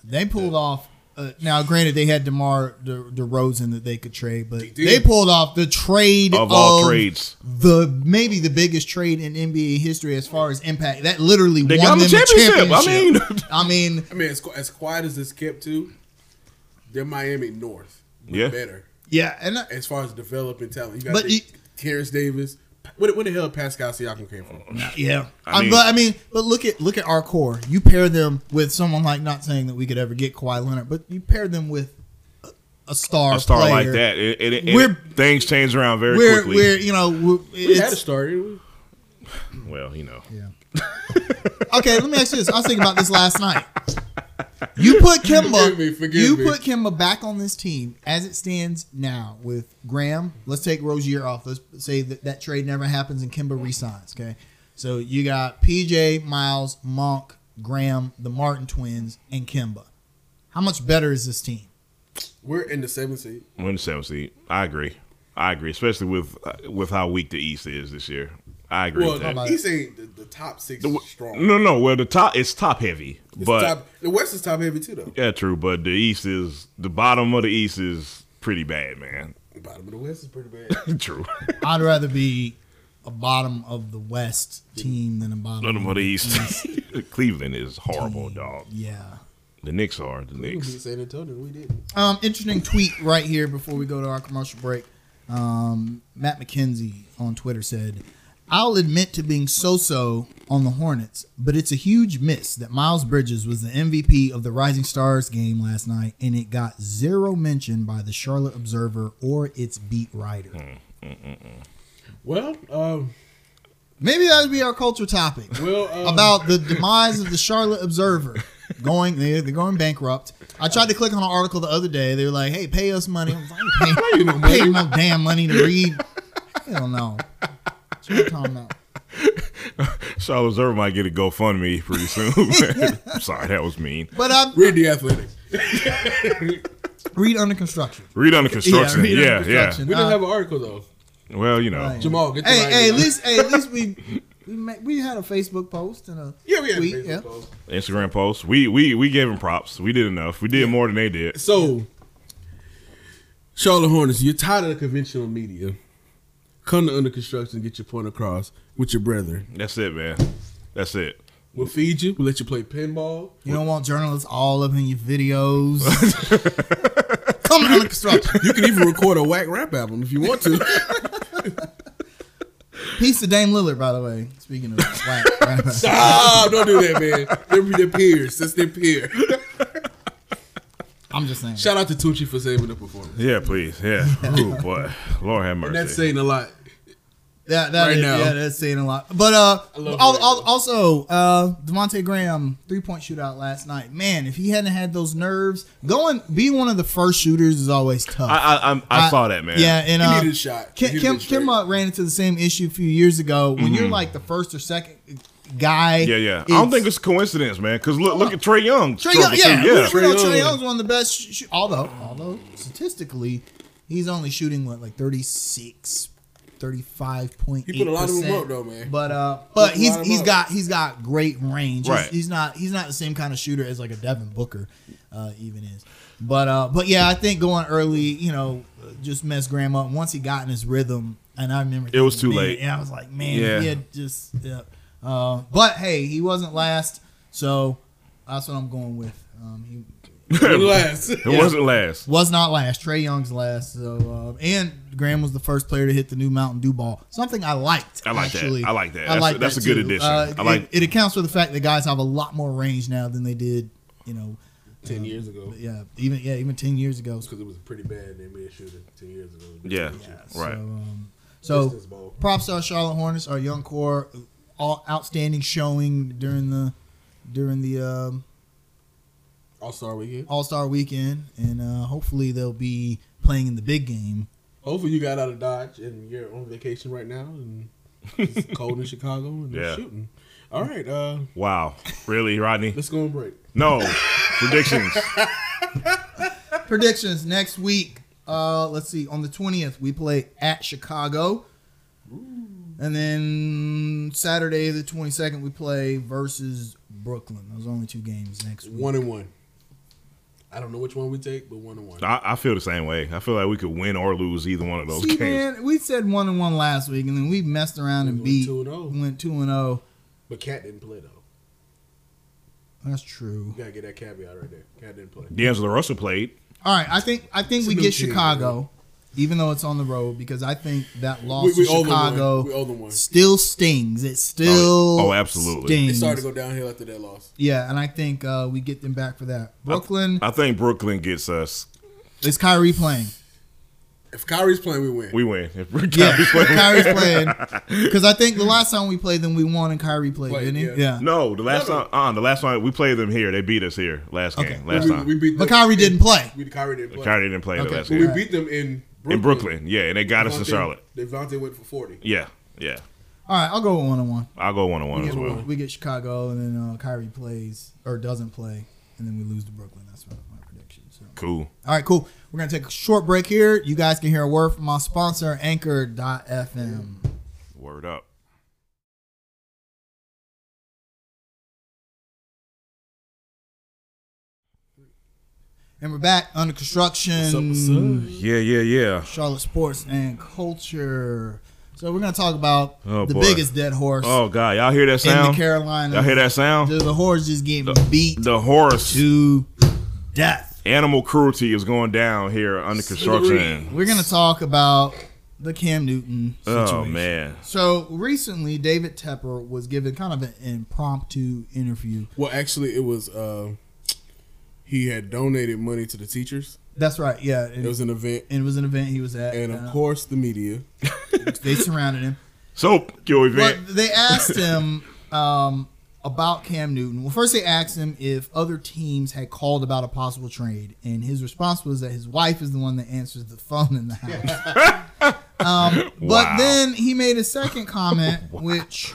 They pulled off. Uh, now, granted, they had Demar De- DeRozan that they could trade, but
did.
they pulled off the trade
Of all trades.
The maybe the biggest trade in NBA history as far as impact. That literally
They
won them
got them
the
championship.
championship.
I [LAUGHS]
I mean,
I mean, as, as quiet as this kept to, they're Miami North. but
Yeah.
Better
yeah, and uh, I-
as far as developing talent. You got
But
but
you-
Terrence Davis. Where, where the hell Pascal Siakam came from?
Yeah,
I
I
mean-
but I mean, but look at look at our core. You pair them with someone like not saying that we could ever get Kawhi Leonard, but you pair them with a- a star,
a star
player.
like that, it, it, it-
We're-
things change around very
We're
quickly.
we're you know we're,
We had a
it's,
star. didn't we?
well, you know,
okay. Let me ask you this. I was thinking about this last night. You put Kimba,
Forgive me, forgive
you
me.
put Kimba back on this team as it stands now with Graham. Let's take Rozier off. Let's say that that trade never happens and Kimba resigns. Okay, so you got PJ, Miles, Monk, Graham, the Martin twins, and Kimba. How much better is this team?
We're in the seventh seed.
we're in the seventh seed. I agree. I agree, especially with uh, with how weak the East is this year. I agree
Well,
with that.
about-
he's saying the, the top six is strong.
No, no. Well, the top it's top heavy,
It's
but
top, the West is top heavy too, though.
Yeah, true, but the East is the bottom of the East is pretty bad, man. [LAUGHS]
The bottom of the West is pretty bad.
true.
I'd rather be a bottom of the West team than a bottom.
bottom of the East. [LAUGHS] Cleveland is horrible,
team.
dog.
Yeah.
The Knicks are the
we beat [LAUGHS]
Knicks.
San Antonio. We did.
Um, interesting tweet right here before we go to our commercial break. Um, Matt McKenzie on Twitter said, "I'll admit to being so-so on the Hornets, but it's a huge miss that Miles Bridges was the MVP of the Rising Stars game last night, and it got zero mention by the Charlotte Observer or its beat writer.
Well, um,
Maybe that would be our culture topic
well, uh,
about the demise of the Charlotte Observer." Going, they- they're going bankrupt. I tried to click on an article the other day. They were like, "Hey, pay us money." I was like, "I ain't paying
you know,
pay no damn money to read. Hell no. What you talking about?
Charlotte Observer might get a GoFundMe [LAUGHS] pretty soon. Sorry, that was mean.
But um,
read the Athletics.
Read under construction.
Read under construction.
read
Yeah,
under
yeah.
construction.
We didn't
Uh,
have an article though.
Well, you know.
Right.
Jamal, get the
Hey,
right
hey, at
guy.
least, hey, at least
[LAUGHS]
we we, ma- we had a Facebook post and a
Yeah, we had a
tweet,
Facebook
yeah.
post.
Instagram posts. We we we gave them props. We did enough. We did more than they did.
So, Charlotte Hornets, you're tired of the conventional media. Come to Under Construction and get your point across with your brethren.
That's it, man. That's it.
We'll feed you. We'll let you play pinball.
You don't want journalists all up in your videos. [LAUGHS] Coming under construction.
You can even record a whack rap album if you want to. [LAUGHS]
Peace to Dame Lillard, by the way. Speaking
[LAUGHS]
of whack, right?
Stop! Don't do that, man. They're their peers. That's their peer.
I'm just saying.
Shout out to Tucci for saving the performance.
Yeah, please.
[LAUGHS]
Yeah. Ooh, boy. Lord have mercy.
And that's saying a lot.
That, that
Right
is-
now.
yeah, that's saying a lot. But uh,
I love
al-
Blake,
al-
though.
also uh, Devonte Graham three point shootout last night. Man, if he hadn't had those nerves, going being one of the first shooters is always tough.
I I, I'm- I, I saw that, man.
Yeah, and
He
uh,
needed a Mm-hmm. shot. He
Kim
needed
Kim,
it straight.
Kim uh, ran into the same issue a few years ago. When you're like the first or second guy,
Yeah, yeah. I don't think
it's
it's a coincidence, man. Because look, look at Trey Young.
Trey Young.
struggled
Yeah,
too.
we- we know
Trae
Trey
Young.
Young's one of the best. Sh- sh- although, although statistically, he's only shooting what like 36, 35 point.
He put a lot of them up, though, man.
But uh, but
a
he's
lot of them
he's
up.
got he's got great range. He's-
Right.
He's, not he's not the same kind of shooter as like a Devin Booker, uh, even is. But uh, but yeah, I think going early, you know, just messed Graham up. Once he got in his rhythm, and I remember
It was
thinking,
too
"Man,"
late.
And I was like, man,
Yeah.
he had just. Yeah. Uh, but hey, he wasn't last, so that's what I'm going with. Um, he
[LAUGHS]
Last.
It wasn't last.
was not last. Trey Young's last. So uh, and Graham was the first player to hit the new Mountain Dew ball. Something I liked.
I like that.
actually.
I like that. That's a- that's a good addition. I
it-
like-
Uh, it, accounts for the fact that guys have a lot more range now than they did. You know,
[LAUGHS] Ten years ago,
yeah, even yeah, even ten years ago. So,
because it was pretty bad NBA shooting ten years ago.
Yeah. Right.
um, so
Pistons ball.
props to our Charlotte Hornets, our young core, all outstanding showing during the during the. Um,
All Star weekend.
All Star Weekend, and uh, hopefully they'll be playing in the big game.
Hopefully you got out of Dodge and you're on vacation right now and
[LAUGHS]
it's cold in Chicago and they're
Yeah.
shooting. All right, uh,
Wow. Really, Rodney?
let's go on break.
No. Predictions.
Predictions next week. Uh, let's see. On the twentieth, we play at Chicago, and then Saturday the twenty second, we play versus Brooklyn. Those are only two games next week.
One and one. I don't know which one we take, but one and one.
I, I feel the same way. I feel like we could win or lose either one of those
See,
games.
man, we said one and one last week, and then we messed around and
went oh.
beat.
2-0.
Went two and oh. zero.
But Cat didn't play though.
That's true.
You gotta get that caveat right there. Cat didn't play.
D'Angelo Russell played.
All right, I think I think
It's a
we
new
get
team,
Chicago, even though it's on the road, because I think that loss
We- we
to
owe them one.
Chicago
We owe them one.
still stings. It still
Oh, oh, absolutely.
It
stings.
started to go downhill after that loss.
yeah, and I think uh, we get them back for that. Brooklyn
I think Brooklyn gets us.
is Kyrie
[LAUGHS]
playing.
If Kyrie's playing, we win.
We win. [LAUGHS] If
Yeah,
Kyrie's playing-
Kyrie's playing because I think the last time we played them, we won and Kyrie played,
Played,
didn't he?
yeah.
Yeah.
[LAUGHS] No, the last
No, no.
time, uh, the last time we played them here, they beat us here last
Okay.
game, last
we,
time.
we beat them.
But Kyrie didn't play.
We Kyrie didn't play.
Kyrie didn't play
Okay.
the last
But
game
we beat them in Brooklyn.
in Brooklyn. Yeah, and they got us in
Devontae-
Charlotte.
Devontae went for forty.
Yeah, yeah.
All right, I'll go with one on one.
I'll go one on one
Yeah,
as
we
well.
won.
We get Chicago, and then uh, Kyrie plays or doesn't play, and then we lose to Brooklyn. That's my, my prediction. So.
Cool.
All right, cool. We're going to take a short break here. You guys can hear a word from my sponsor, Anchor.fm.
Word up.
And we're back under construction.
What's up, what's up?
Yeah, yeah, yeah.
Charlotte sports and culture. So we're going to talk about
Oh,
the
boy.
biggest dead horse
Oh God, y'all hear that
in the
sound?
Carolinas.
Y'all hear that sound?
Dude, The horse just getting beat
The horse
to death.
animal cruelty is going down here under construction.
We're going to talk about the Cam Newton situation.
Oh man.
So recently, David Tepper was given kind of an impromptu interview.
Well, actually, it was uh, he had donated money to the teachers.
That's right. Yeah.
It was an event,
and it was an event he was at.
and of
uh,
course, the media.
they surrounded him.
So your event.
But they asked him um, about Cam Newton. Well, first they asked him if other teams had called about a possible trade, and his response was that his wife is the one that answers the phone in the house.
[LAUGHS]
um, but
Wow.
then he made a second
[LAUGHS]
comment, which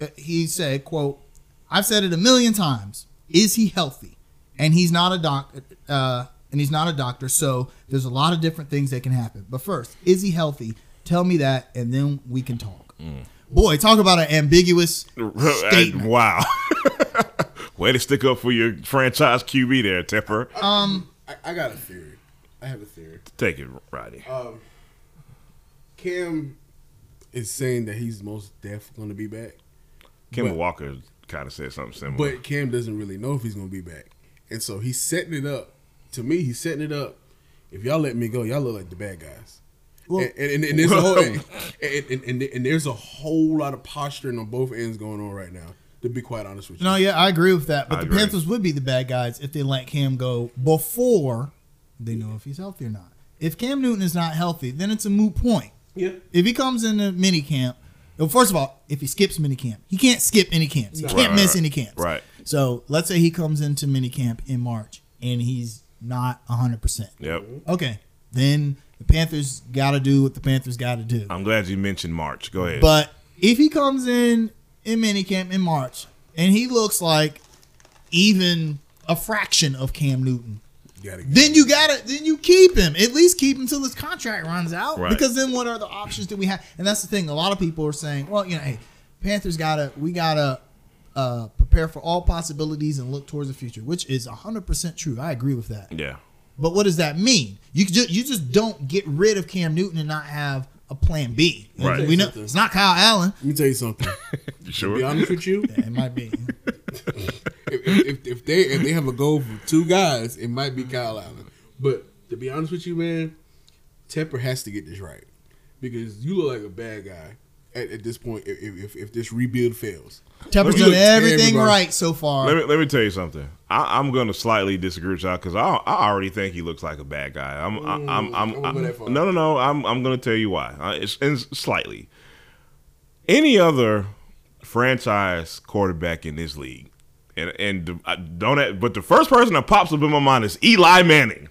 uh, he said, "quote I've said it a million times. Is he healthy? And he's not a doc. Uh, and he's not a doctor, so there's a lot of different things that can happen. But first, is he healthy? Tell me that, and then we can talk.
Mm.
Boy, talk about an
[LAUGHS]
ambiguous statement.
wow. [LAUGHS] Way to stick up for your franchise QB there, Tepper.
I, I got a theory. I have a theory.
Take it, Roddy.
Uh, Cam is saying that he's most deaf going to be back,
Kim
but-
Walker kind of said something similar.
but Cam doesn't really know if he's going to be back, and so he's setting it up. To me, he's setting it up. If y'all let me go, y'all look like the bad guys.
Well-
and, and, and there's a whole
Whoa.
and, and, and, and there's a whole lot of posturing on both ends going on right now. To be quite honest with you,
No, yeah, I agree with that. But
I
the
agree.
Panthers would be the bad guys if they let Cam go before they know if he's healthy or not. If Cam Newton is not healthy, then it's a moot point.
yeah,
If he comes into mini camp, well, first of all, if he skips mini camp, he can't skip any camps. He can't
Right,
miss
right,
any camps.
right.
So let's say he comes into mini camp in March and he's not 100%.
yep.
Okay. Then the Panthers got to do what the Panthers got to do.
I'm glad you mentioned March. Go ahead.
But if he comes in in minicamp in March and he looks like even a fraction of Cam Newton,
you gotta get
then you gotta then you keep him. At least keep him till his contract runs out.
Right.
Because then what are the options that we have? And that's the thing. A lot of people are saying, well, you know, hey, Panthers gotta we gotta uh, prepare for all possibilities and look towards the future, which is 100% true. I agree with that.
yeah.
But what does that mean? You just you just don't get rid of Cam Newton and not have a plan B.
Right.
We know it's not Kyle Allen.
Let me tell you something.
You
to
sure?
be honest with you,
It might
[LAUGHS]
be.
if, if, if- if they if they have a goal for two guys, it might be Kyle Allen. But to be honest with you, man, Tepper has to get this right because you look like a bad guy at, at this point if, if- if if this rebuild fails.
Tepper's
me
done
look at
everything
everybody.
right so far.
Let me let me tell you something. I, I'm going to slightly disagree with y'all because I, I already think he looks like a bad guy. I'm I, I'm
I
I'm,
wouldn't
I'm
go that far.
no no no. I'm I'm going to tell you why. Uh, it's, it's slightly. Any other franchise quarterback in this league, and and the- I don't. have- But the first person that pops up in my mind is Eli Manning.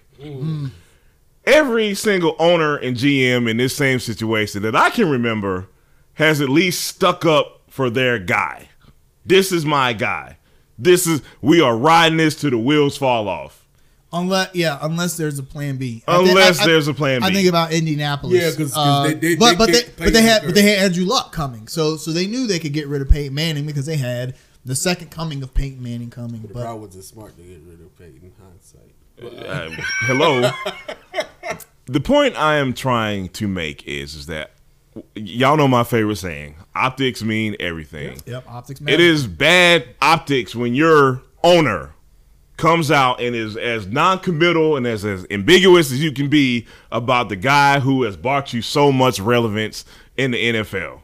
Every single owner and GM in this same situation that I can remember has at least stuck up for their guy. This is my guy. This is we are riding this to the wheels fall off.
Unless yeah, unless there's a plan B. I
Unless there's a plan
I
B.
think about Indianapolis. uh,
Yeah, 'cause- 'cause they- they-
but
they
but they
can't play
but they had
the
but they had Andrew Luck coming, so so they knew they could get rid of Peyton Manning because they had the second coming of Peyton Manning coming.
But I
But
wasn't smart to get rid of Peyton hindsight. But,
Uh, hello. the point I am trying to make is is that y'all know my favorite saying: optics mean everything.
yep, optics.
It
matter.
is bad optics when your owner comes out and is as non-committal and as, as ambiguous as you can be about the guy who has brought you so much relevance in the NFL.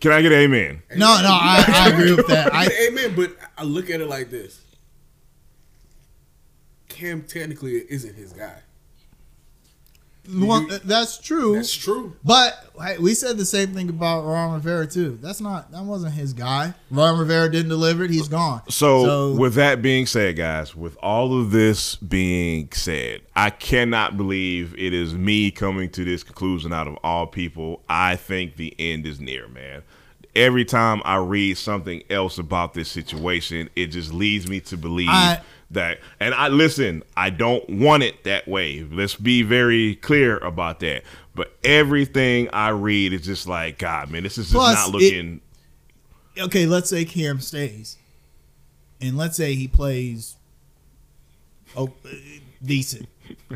Can I get an amen?
No, no, I,
[LAUGHS]
I agree with that. I,
amen. But I look at it like this: Cam technically isn't his guy.
well, that's true.
That's true.
But hey, we said the same thing about Ron Rivera too. That's not that wasn't his guy. Ron Rivera didn't deliver it. He's gone.
So, with that being said, guys, with all of this being said, I cannot believe it is me coming to this conclusion out of all people. I think the end is near, man. Every time I read something else about this situation, it just leads me to believe
I-
that and I listen, I don't want it that way. Let's be very clear about that. But everything I read is just like, God, man, this is just
Plus,
not
it-
looking [LAUGHS]
okay, let's say Cam stays, and let's say he plays oh uh, decent.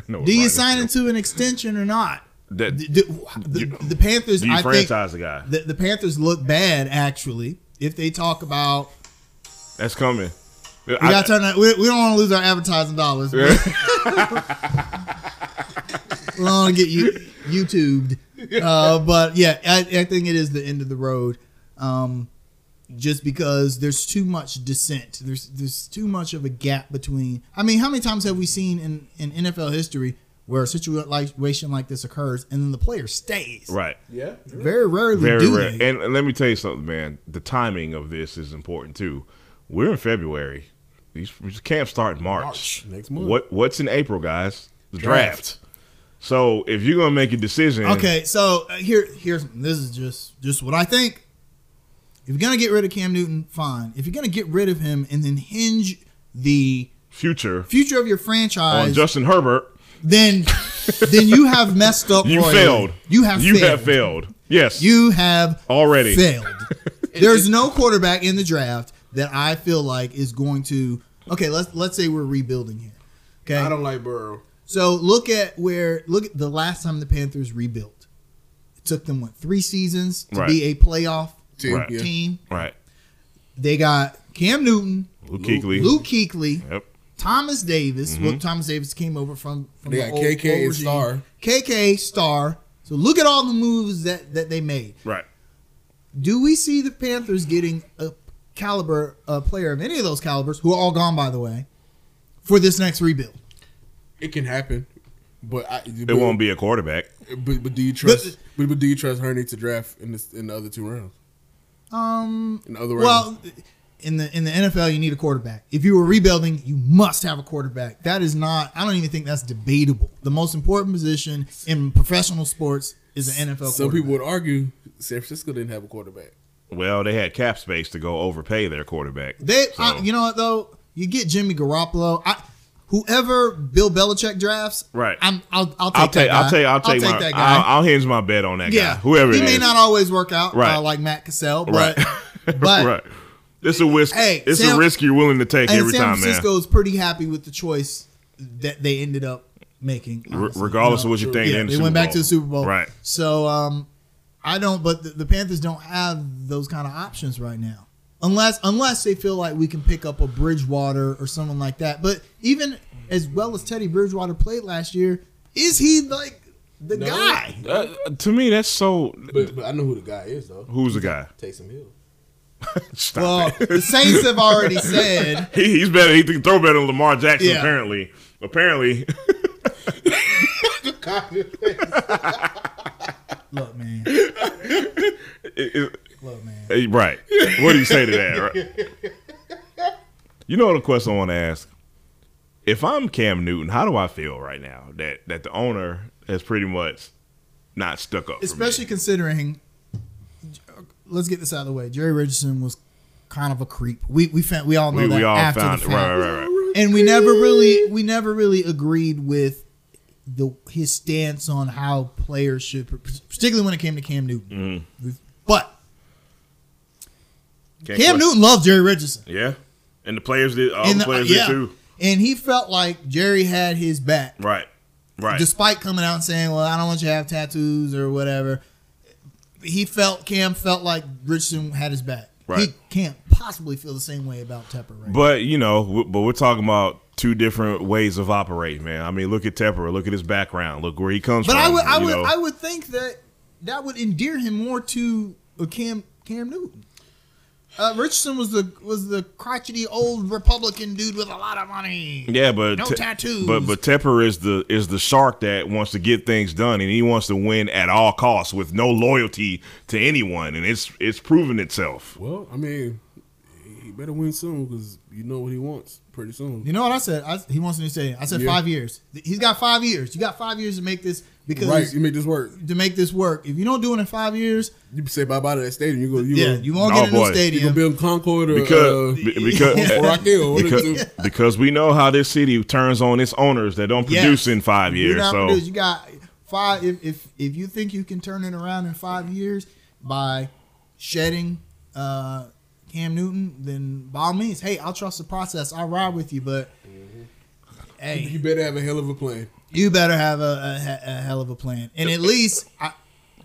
No,
Do you
right.
sign into an extension or not?
that
The, the- the-
You-
the Panthers,
do you
I think,
franchise the guy?
the, the Panthers look bad actually. If they talk about,
That's coming.
we got to turn. That, we, we don't want to lose our advertising dollars. we [LAUGHS] don't want to get you YouTubed. Uh, but yeah, I, I think it is the end of the road. Um, just because there's too much dissent. There's there's too much of a gap between. I mean, how many times have we seen in, in NFL history where a situation like this occurs and then the player stays?
right.
Yeah.
Very rarely
Very
do
rare.
they.
And and let me tell you something, man. The timing of this is important too. We're in February. These, these camps start in March.
March, next month.
What what's in April, guys? The draft.
Draft.
So if you're gonna make a decision,
Okay, so uh, here here's this is just just what I think. If you're gonna get rid of Cam Newton, fine. If you're gonna get rid of him and then hinge the
future
future of your franchise,
on Justin Herbert,
then then you have messed up.
[LAUGHS] you
royally.
failed.
You have
you
failed.
have failed. Yes,
You have
Already. [LAUGHS]
failed. There's no quarterback in the draft that I feel like is going to. Okay, let's let's say we're rebuilding here. Okay,
I don't like Burrow.
so look at where look at the last time the Panthers rebuilt. It took them what three seasons to
Right.
be a playoff
Team,
Right.
yeah.
team.
right.
They got Cam Newton,
Luke Kuechly.
Luke Kuechly,
Yep. Mm-hmm.
Thomas Davis. Well, Thomas Davis came over from from
They
the
got
old-
KK
old
and
regime.
Star.
KK Star. So look at all the moves that that they made.
Right.
Do we see the Panthers getting a caliber a player of any of those calibers who are all gone by the way for this next rebuild?
It can happen, but I, it
It won't be a quarterback.
But, but do you trust? But, but do you trust Herney to draft in this in the other two rounds? Um, in the other rounds,
Well, in the in the NFL, you need a quarterback. If you were rebuilding, you must have a quarterback. That is not. I don't even think that's debatable. The most important position in professional sports is an NFL.
some
quarterback.
people would argue San Francisco didn't have a quarterback.
Well, they had cap space to go overpay their quarterback.
They,
So,
I, you know what though? You get Jimmy Garoppolo. I, whoever Bill Belichick drafts,
Right.
I'm, I'll, I'll take.
I'll
that
take.
guy.
I'll take. I'll take. my,
that guy.
I'll, I'll hinge my bet on that
yeah,
guy. Whoever it
he
is.
may
[LAUGHS]
not always work out,
Right.
uh, like Matt Cassell,
Right.
but
[LAUGHS]
but
right. It's a risk.
Hey,
it's
Sam-
a risk you're willing to take
and
every
San
time,
Francisco is pretty happy with the choice that they ended up making.
man. R-
honestly.
regardless
You know?
of what you think,
yeah,
in the
they
Super
went back
Bowl.
to the Super Bowl.
Right.
So um, I don't. But the, the Panthers don't have those kind of options right now, unless unless they feel like we can pick up a Bridgewater or someone like that. But even as well as Teddy Bridgewater played last year, is he like the
No.
guy?
Uh, to me, that's so.
But, but I know who the guy is though.
Who's the guy?
Taysom Hill.
Stop
Well,
it.
the Saints have already said
He, he's better. He can throw better than Lamar Jackson.
Yeah.
Apparently, apparently, [LAUGHS]
Look, man. Look, man.
Hey, right. What do you say to that? Right. You know the question I want to ask. If I'm Cam Newton, how do I feel right now that that the owner has pretty much not stuck up? for me?
Especially considering, let's get this out of the way. Jerry Richardson was kind of a creep. We we found, we all know
we,
that
we all
after
found
the
it.
fact.
Right, right, right.
and we never really we never really agreed with the his stance on how players should, particularly when it came to Cam Newton.
Mm-hmm.
But
Can't
Cam
question-
Newton loved Jerry Richardson.
Yeah, and the players did. All
And
the
the- uh,
players
yeah.
did too.
And he felt like Jerry had his back.
Right, right.
despite coming out and saying, "Well, I don't want you to have tattoos or whatever," he felt Cam felt like Richardson had his back. He
Right.
can't possibly feel the same way about Tepper right now.
But you know, w- but we're talking about two different ways of operating, man. I mean, look at Tepper. Look at his background. Look where he comes
But
from.
I would, I
you
would,
know.
I would think that that would endear him more to a Cam Cam Newton. Uh, Richardson was the was the crotchety old Republican dude with a lot of money.
Yeah, but
No tattoos.
But but Tepper is the is the shark that wants to get things done, and he wants to win at all costs with no loyalty to anyone, and it's it's proven itself.
Well, I mean, he better win soon because you know what he wants pretty soon.
You know what I said? I, he wants me to say. I said
Yeah.
five years. He's got five years. You got five years to make this because
Right, you make this work.
to make this work. If you don't do it in five years,
You say bye bye to that stadium. You go. You
Yeah,
go,
you won't
Oh,
get a new
boy.
you go
stadium.
build Concord or
Because
uh,
be-
[LAUGHS]
because,
[LAUGHS]
or Raquel. one of the
because
two.
because we know how this city turns on its owners that don't
Yes.
produce in five
You're
years.
not
So
produced. You got five. If, if if you think you can turn it around in five years by shedding uh, Cam Newton, then by all means, hey, I'll trust the process. I'll ride with you, but
You
hey,
better have a hell of a plan.
you better have a, a, a hell of a plan. And at least I,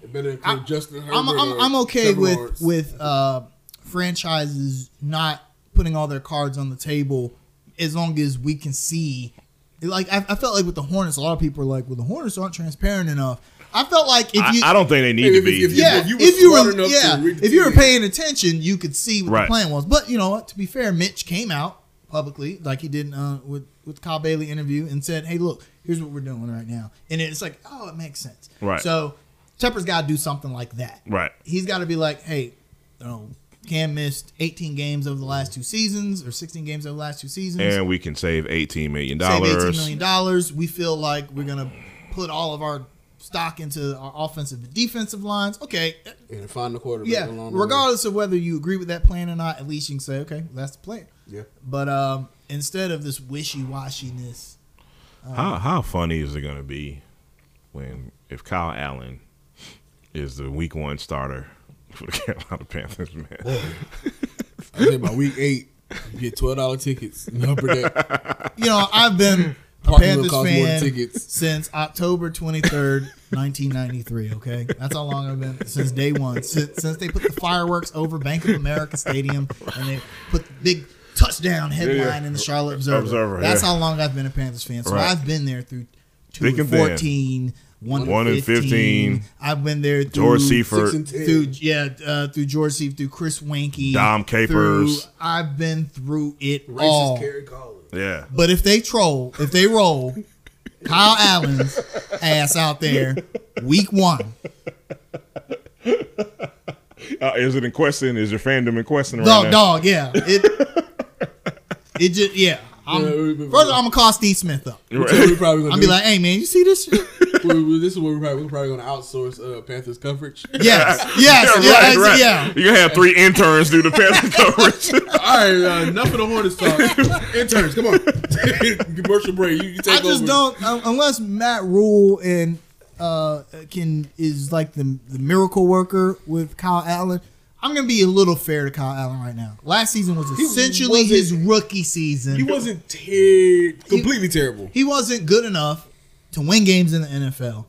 It better include Justin Herbert.
I'm, I'm
or
I'm okay
Trevor
with
Lawrence.
with uh, franchises not putting all their cards on the table as long as we can see. Like I, I felt like with the Hornets, a lot of people are like, "Well, the Hornets aren't transparent enough." I felt like if
I,
you,
I don't think they need
If-
to be.
if- if-
yeah,
if you were
if you
smart
were,
enough to
yeah,
read the
if you were
tea leaves.
paying attention, you could see what the
Right.
plan was. But you know what? To be fair, Mitch came out publicly, like he did uh, with with Kyle Bailey interview, and said, "Hey, look, here's what we're doing right now," and it's like, oh, it makes sense.
Right.
So Tepper's got to do something like that.
Right.
He's got to be like, hey, you know, Cam missed 18 games over the last two seasons, or 16 games over the last two seasons.
and we can save eighteen million
Save $18
dollars.
million. dollars. We feel like we're going to put all of our stock into our offensive and defensive lines. Okay,
and find the quarterback.
yeah.
along the way.
Regardless of whether you agree with that plan or not, at least you can say, okay, that's the plan.
Yeah.
But um, instead of this wishy washiness.
How how funny is it gonna be when if Kyle Allen is the week one starter for the [LAUGHS] Carolina Panthers, man?
I think by week eight, you get twelve dollar tickets [LAUGHS] in the upper deck.
You know, I've been a
Parking lot
Panthers
costs more than
fan
tickets.
since October 23rd, 1993, okay? That's how long I've been since day one. Since, since they put the fireworks over Bank of America Stadium and they put the big touchdown headline in the Charlotte Observer.
Observer,
That's
yeah.
how long I've been a Panthers fan. So
Right.
I've been there through 2 and
Thick and thin.
14, 1,
One
and
and
15.
15.
I've been there through
George
Six and
Seifert,
ten.
through yeah uh, through George Seif, through Chris Wanky,
Dom Capers.
through- I've been through it
Racist
all.
Kerry Collins.
yeah,
But if they troll, if they roll Kyle Allen's ass out there, week one,
uh, is it in question? Is your fandom in question right
dog,
now?
dog, yeah, it, it just yeah. I'm,
Yeah, we- we-
first, I'm gonna call Steve Smith up.
[LAUGHS] Right.
So we probably
I'll
gonna
be
do,
like, hey man, you see this?
[LAUGHS]
Shit?
we- we- this is what we're probably, we're probably gonna outsource uh, Panthers coverage.
[LAUGHS] Yes, yes,
Yeah,
yeah,
right,
ex-
right.
yeah.
You're gonna have three interns do the Panther coverage.
All right, uh, enough of the Hornets
[LAUGHS]
talk. Interns, come on. [LAUGHS] Commercial break. You, you take
I just
over.
don't um, unless Matt Rule and uh, can is like the the miracle worker with Kyle Allen. I'm gonna be a little fair to Kyle Allen right now. Last season was essentially
wasn't-
his rookie season.
He wasn't ter- completely terrible.
he wasn't good enough to win games in the NFL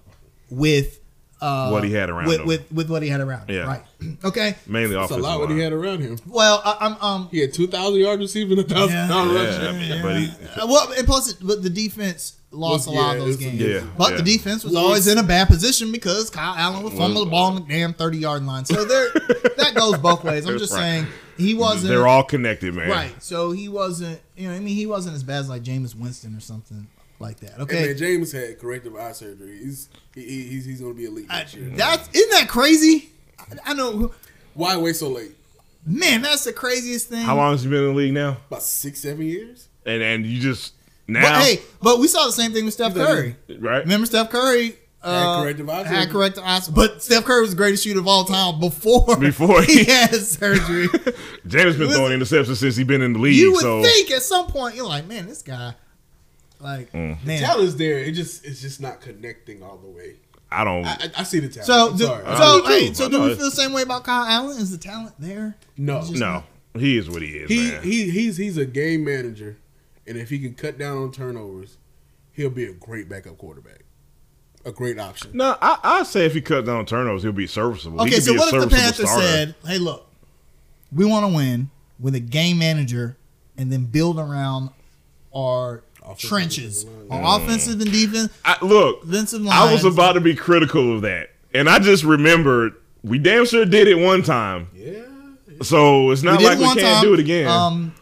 with uh,
What he had around
with,
him.
with with what he had around. him,
Yeah.
Right. [CLEARS THROAT] okay.
Mainly
That's a
offensive
lot what he
line.
had around him.
Well, I, I'm um.
He had 2,000 yards receiving, 1,000
Yeah.
yards rushing.
Yeah, I mean, but he,
uh, Well, and plus, it, but the defense lost a
Well,
lot
yeah,
of those
it's-
games.
Yeah,
but
yeah.
the defense was
Well,
always
it's-
in a bad position because Kyle Allen would fumble the ball on the damn thirty yard line. So
[LAUGHS]
there, that goes both ways. I'm just
Right.
saying he wasn't
they're all connected, man.
right. So he wasn't. You know, I mean, he wasn't as bad as like Jameis Winston or something like that.
Hey,
Okay,
man, James had corrective eye surgery. He's he, he, he's, he's going to be elite
I-
next year.
that's isn't that crazy? I, I know.
Why wait so late?
Man, that's the craziest thing.
How long has he been in the league now?
About six, seven years?
And and you just
But
now,
hey, but we saw the same thing with Steph
He's like-
Curry.
right?
Remember Steph Curry? uh,
corrective
Had
eye surgery.
corrective eye surgery. But Steph Curry was the greatest shooter of all time before [LAUGHS]
Before
he
he-
had
[LAUGHS]
surgery.
James been
was-
throwing interceptions since he been in the league.
you would
so
think at some point you're like, man, this guy, like,
Mm.
man.
Talent's there. It just It's just not connecting all the way.
I don't.
I, I, I see the talent.
So,
I'm
do,
sorry.
so,
I do
hey,
Uh, too.
so
I
do
know
we
it.
feel the same way about Kyle Allen? Is the talent there?
no.
no, he is what he is,
he,
man.
he he's he's a game manager, and if he can cut down on turnovers, he'll be a great backup quarterback, a great option.
no, I I say if he cut down turnovers, he'll be serviceable. He
Okay,
could
so
be a
what if the
serviceable
Panthers
starter.
said, "Hey, look, we want to win with a game manager, and then build around our
Offensive
trenches,
and
our offensive and defense,
I, "Look,
defensive lines."
I was about to be critical of that, and I just remembered we damn sure did it one time.
Yeah,
So it's not
did
like we can't do it again.
Um,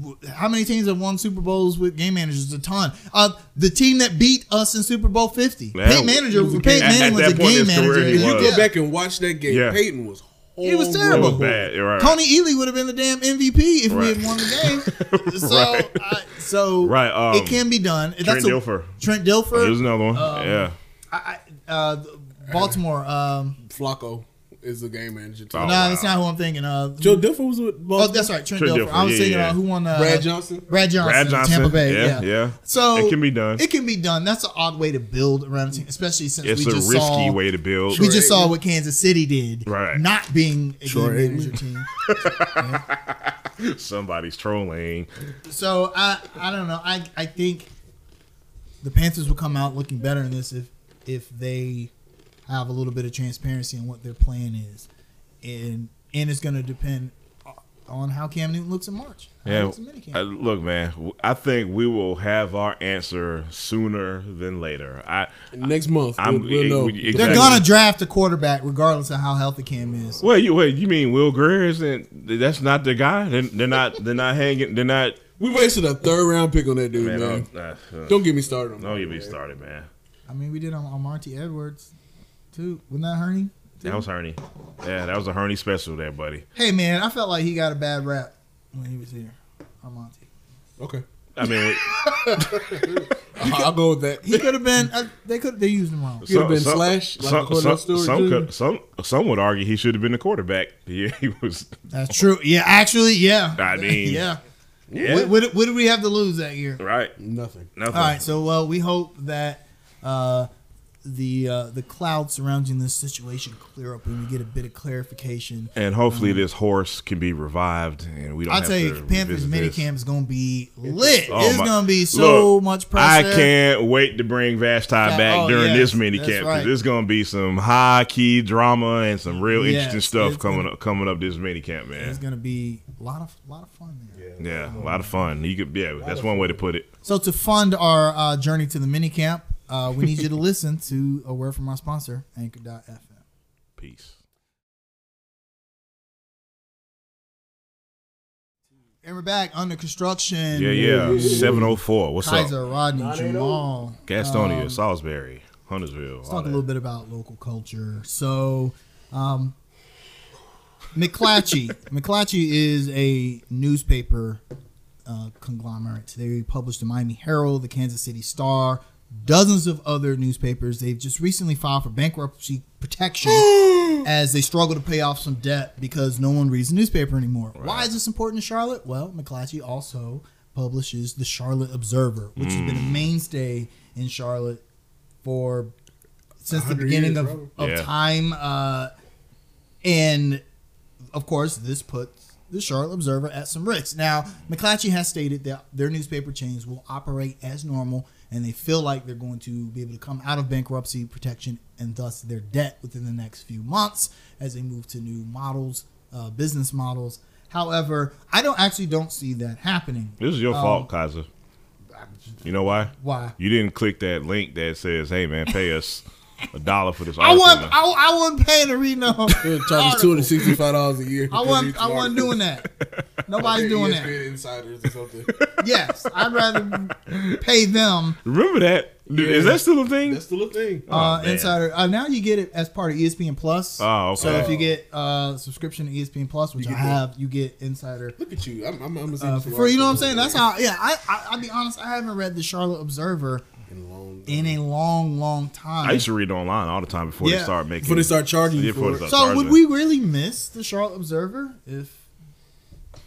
w- how many teams have won Super Bowls with game managers? A ton. Uh, the team that beat us in Super Bowl Fifty,
Yeah,
Peyton Manager,
was a
Peyton
game- at-
Manning
at
was
that
a
point in
game
his career,
manager.
he
if you
was.
go back and watch that game,
Yeah.
Peyton was
He was
it
terrible.
was bad. You're right.
Tony Ely would have been the damn MVP if we
Right.
had won the game. So,
[LAUGHS] Right.
I, so
Right, um,
it can be done.
Trent
a-
Dilfer. Oh,
Trent
There's
Dilfer.
another one.
um,
yeah.
I, I, uh, Baltimore. Um,
Flacco is the game manager. Too.
Oh,
no,
wow.
that's not who I'm thinking of.
Joe Diffie was with
oh,
Baltimore.
that's right, Trent,
Trent
Dilfer. I
Dilfer,
was
yeah,
thinking
yeah.
uh, who won. Uh,
Brad Johnson.
Brad Johnson,
Brad Johnson.
Tampa Bay. Yeah,
yeah, yeah.
So
It can be done.
It can be done. That's an odd way to build around a team, especially since
It's
we
a
just
risky
saw,
way to build.
We
Troy
just saw
Aikman.
what Kansas City did,
Right.
Not being a
Troy
game manager team.
[LAUGHS] Somebody's trolling.
So I, I don't know. I, I think the Panthers will come out looking better in this if, if they have a little bit of transparency in what their plan is, and and it's going to depend on how Cam Newton looks in March. How he
Yeah, Uh,
looks in minicamp.
I, look, man. w- I think we will have our answer sooner than later. I
Next month,
I'm-
we'll, we'll know.
we- exactly.
They're gonna draft a quarterback regardless of how healthy Cam is.
well, you wait. You mean Will Greer isn't? That's not the guy. They're, they're not. They're not hanging. They're not.
We wasted a third round pick on that dude, man.
Man, I'm- uh, uh,
Don't get me started on that.
don't get me
man.
started, man.
I mean, we did on, on Monty Edwards too. Wasn't that Herney?
That was Herney. Yeah, that was a Herney special, there, buddy.
Hey man, I felt like he got a bad rap when he was here on Monty.
Okay,
I [LAUGHS] mean,
I'll go with that.
He could have been. Uh, they could. They used him wrong.
Could have been Slash, like
some,
Cordell
some,
Stewart,
some,
Jr.
could- some, some would argue [LAUGHS] he should have been the quarterback. Yeah, he was.
That's true. Yeah, actually, yeah.
I mean-
yeah.
Yeah.
What, what, what did we have to lose that year?
right.
Nothing.
Nothing.
All right, so well, we hope that uh, the uh, the cloud surrounding this situation clear up and we get a bit of clarification.
And hopefully this horse can be revived, and we don't.
I'll
have
tell
to
you, Panthers
revisit this.
minicamp is going to be lit.
Oh,
it's
my-
going to be so
Look,
much pressure.
I can't wait to bring Vashti back
oh,
during
yes,
this mini
that's
camp
right.
it's gonna be some high key drama and some real interesting
Yes,
stuff
it's
coming
gonna-
up coming up this mini camp, man.
It's going to be a lot of lot of fun there.
Yeah, a lot of fun. You could, yeah, that's one way to put it.
So to fund our uh, journey to the minicamp, uh, we
[LAUGHS]
need you to listen to a word from our sponsor, Anchor.fm.
Peace.
And we're back under construction.
Yeah, yeah. Seven oh four. What's up,
Kaiser, Rodney, Jamal,
Gastonia,
um,
Salisbury, Huntersville?
Let's
all
talk a
that.
little bit about local culture. So, um,
[LAUGHS]
McClatchy. McClatchy is a newspaper uh, conglomerate. They published the Miami Herald, the Kansas City Star, dozens of other newspapers. They've just recently filed for bankruptcy
[GASPS]
protection [GASPS] as they struggle to pay off some debt because no one reads the newspaper anymore. Why is this important to Charlotte? Well, McClatchy also publishes the Charlotte Observer, which has been a mainstay in Charlotte for since the
100
beginning
years,
of,
probably.
of
Yeah.
time. Uh, and of course, this puts the Charlotte Observer at some risk. Now, McClatchy has stated that their newspaper chains will operate as normal and they feel like they're going to be able to come out of bankruptcy protection and thus their debt within the next few months as they move to new models, uh, business models. However, I don't actually don't see that happening.
This is your
Um,
fault, Kaiser. You know why?
Why?
You didn't click that link that says, "Hey, man, pay us a dollar for
[LAUGHS]
this."
I
article
wasn't.
now."
I, I wasn't paying to read no.
It charges two
article.
hundred sixty-five dollars a year.
Oh. I wasn't. I wasn't doing that. Nobody's doing that.
ESPN insiders or something. [LAUGHS]
Yes, I'd rather pay them.
Remember that? Dude, Is
Yeah.
that still a thing?
That's still a thing.
uh,
Oh, man.
Insider. Uh, now you get it as part of E ESPN Plus.
Oh, okay.
So if you get uh, subscription to ESPN Plus, which I
get
have, you get Insider
Look at you. I'm. I'm. I'm gonna
uh, for free. You know what I'm saying? That's how. Yeah, I, I. I'll be honest. I haven't read the Charlotte Observer in a long, long time.
I used to read online all the time before they
Yeah.
start making.
Before they start charging
Yeah,
you
before
for
they
it.
start
so would
charging.
we really miss the Charlotte Observer if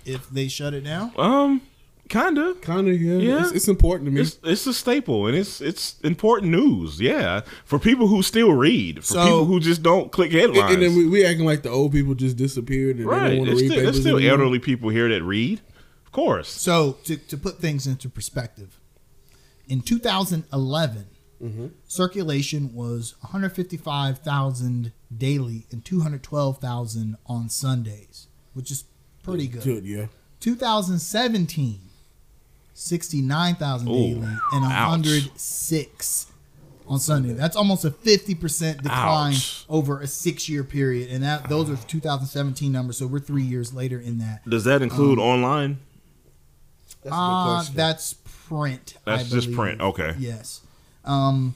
if they shut it down?
Um, kinda.
Kind of. Yeah.
Yeah.
It's, it's important to me.
It's it's a staple and it's it's important news. Yeah, for people who still read, for
So-
people who just don't click headlines.
and then we, we acting like the old people just disappeared and they
right,
don't want to
it's
read
still, there's
papers
still
anymore.
elderly people here that read. Of course.
So to, to put things into perspective, in 2011,
Mm-hmm.
circulation was 155,000 daily and 212,000 on Sundays, which is pretty good.
Good, yeah.
2017, 69,000
Ooh,
daily and
ouch.
106 on Sunday. That's almost a 50% decline
Ouch.
over a 6-year period and that those are 2017 numbers, so we're 3 years later in that.
Does that include
um,
online?
That's a good
Uh,
question.
that's print.
That's
I
just
believe.
print. Okay.
Yes. Um.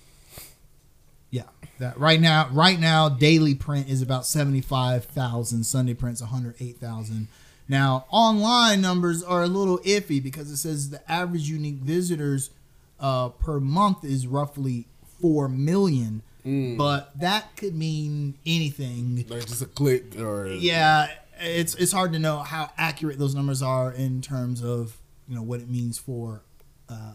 Yeah. That right now, right now, daily print is about seventy five thousand. Sunday print's one hundred eight thousand. Now, online numbers are a little iffy because it says the average unique visitors uh, per month is roughly four million,
Hmm.
but that could mean anything.
like just a click or
Yeah, it's it's hard to know how accurate those numbers are in terms of you know what it means for uh,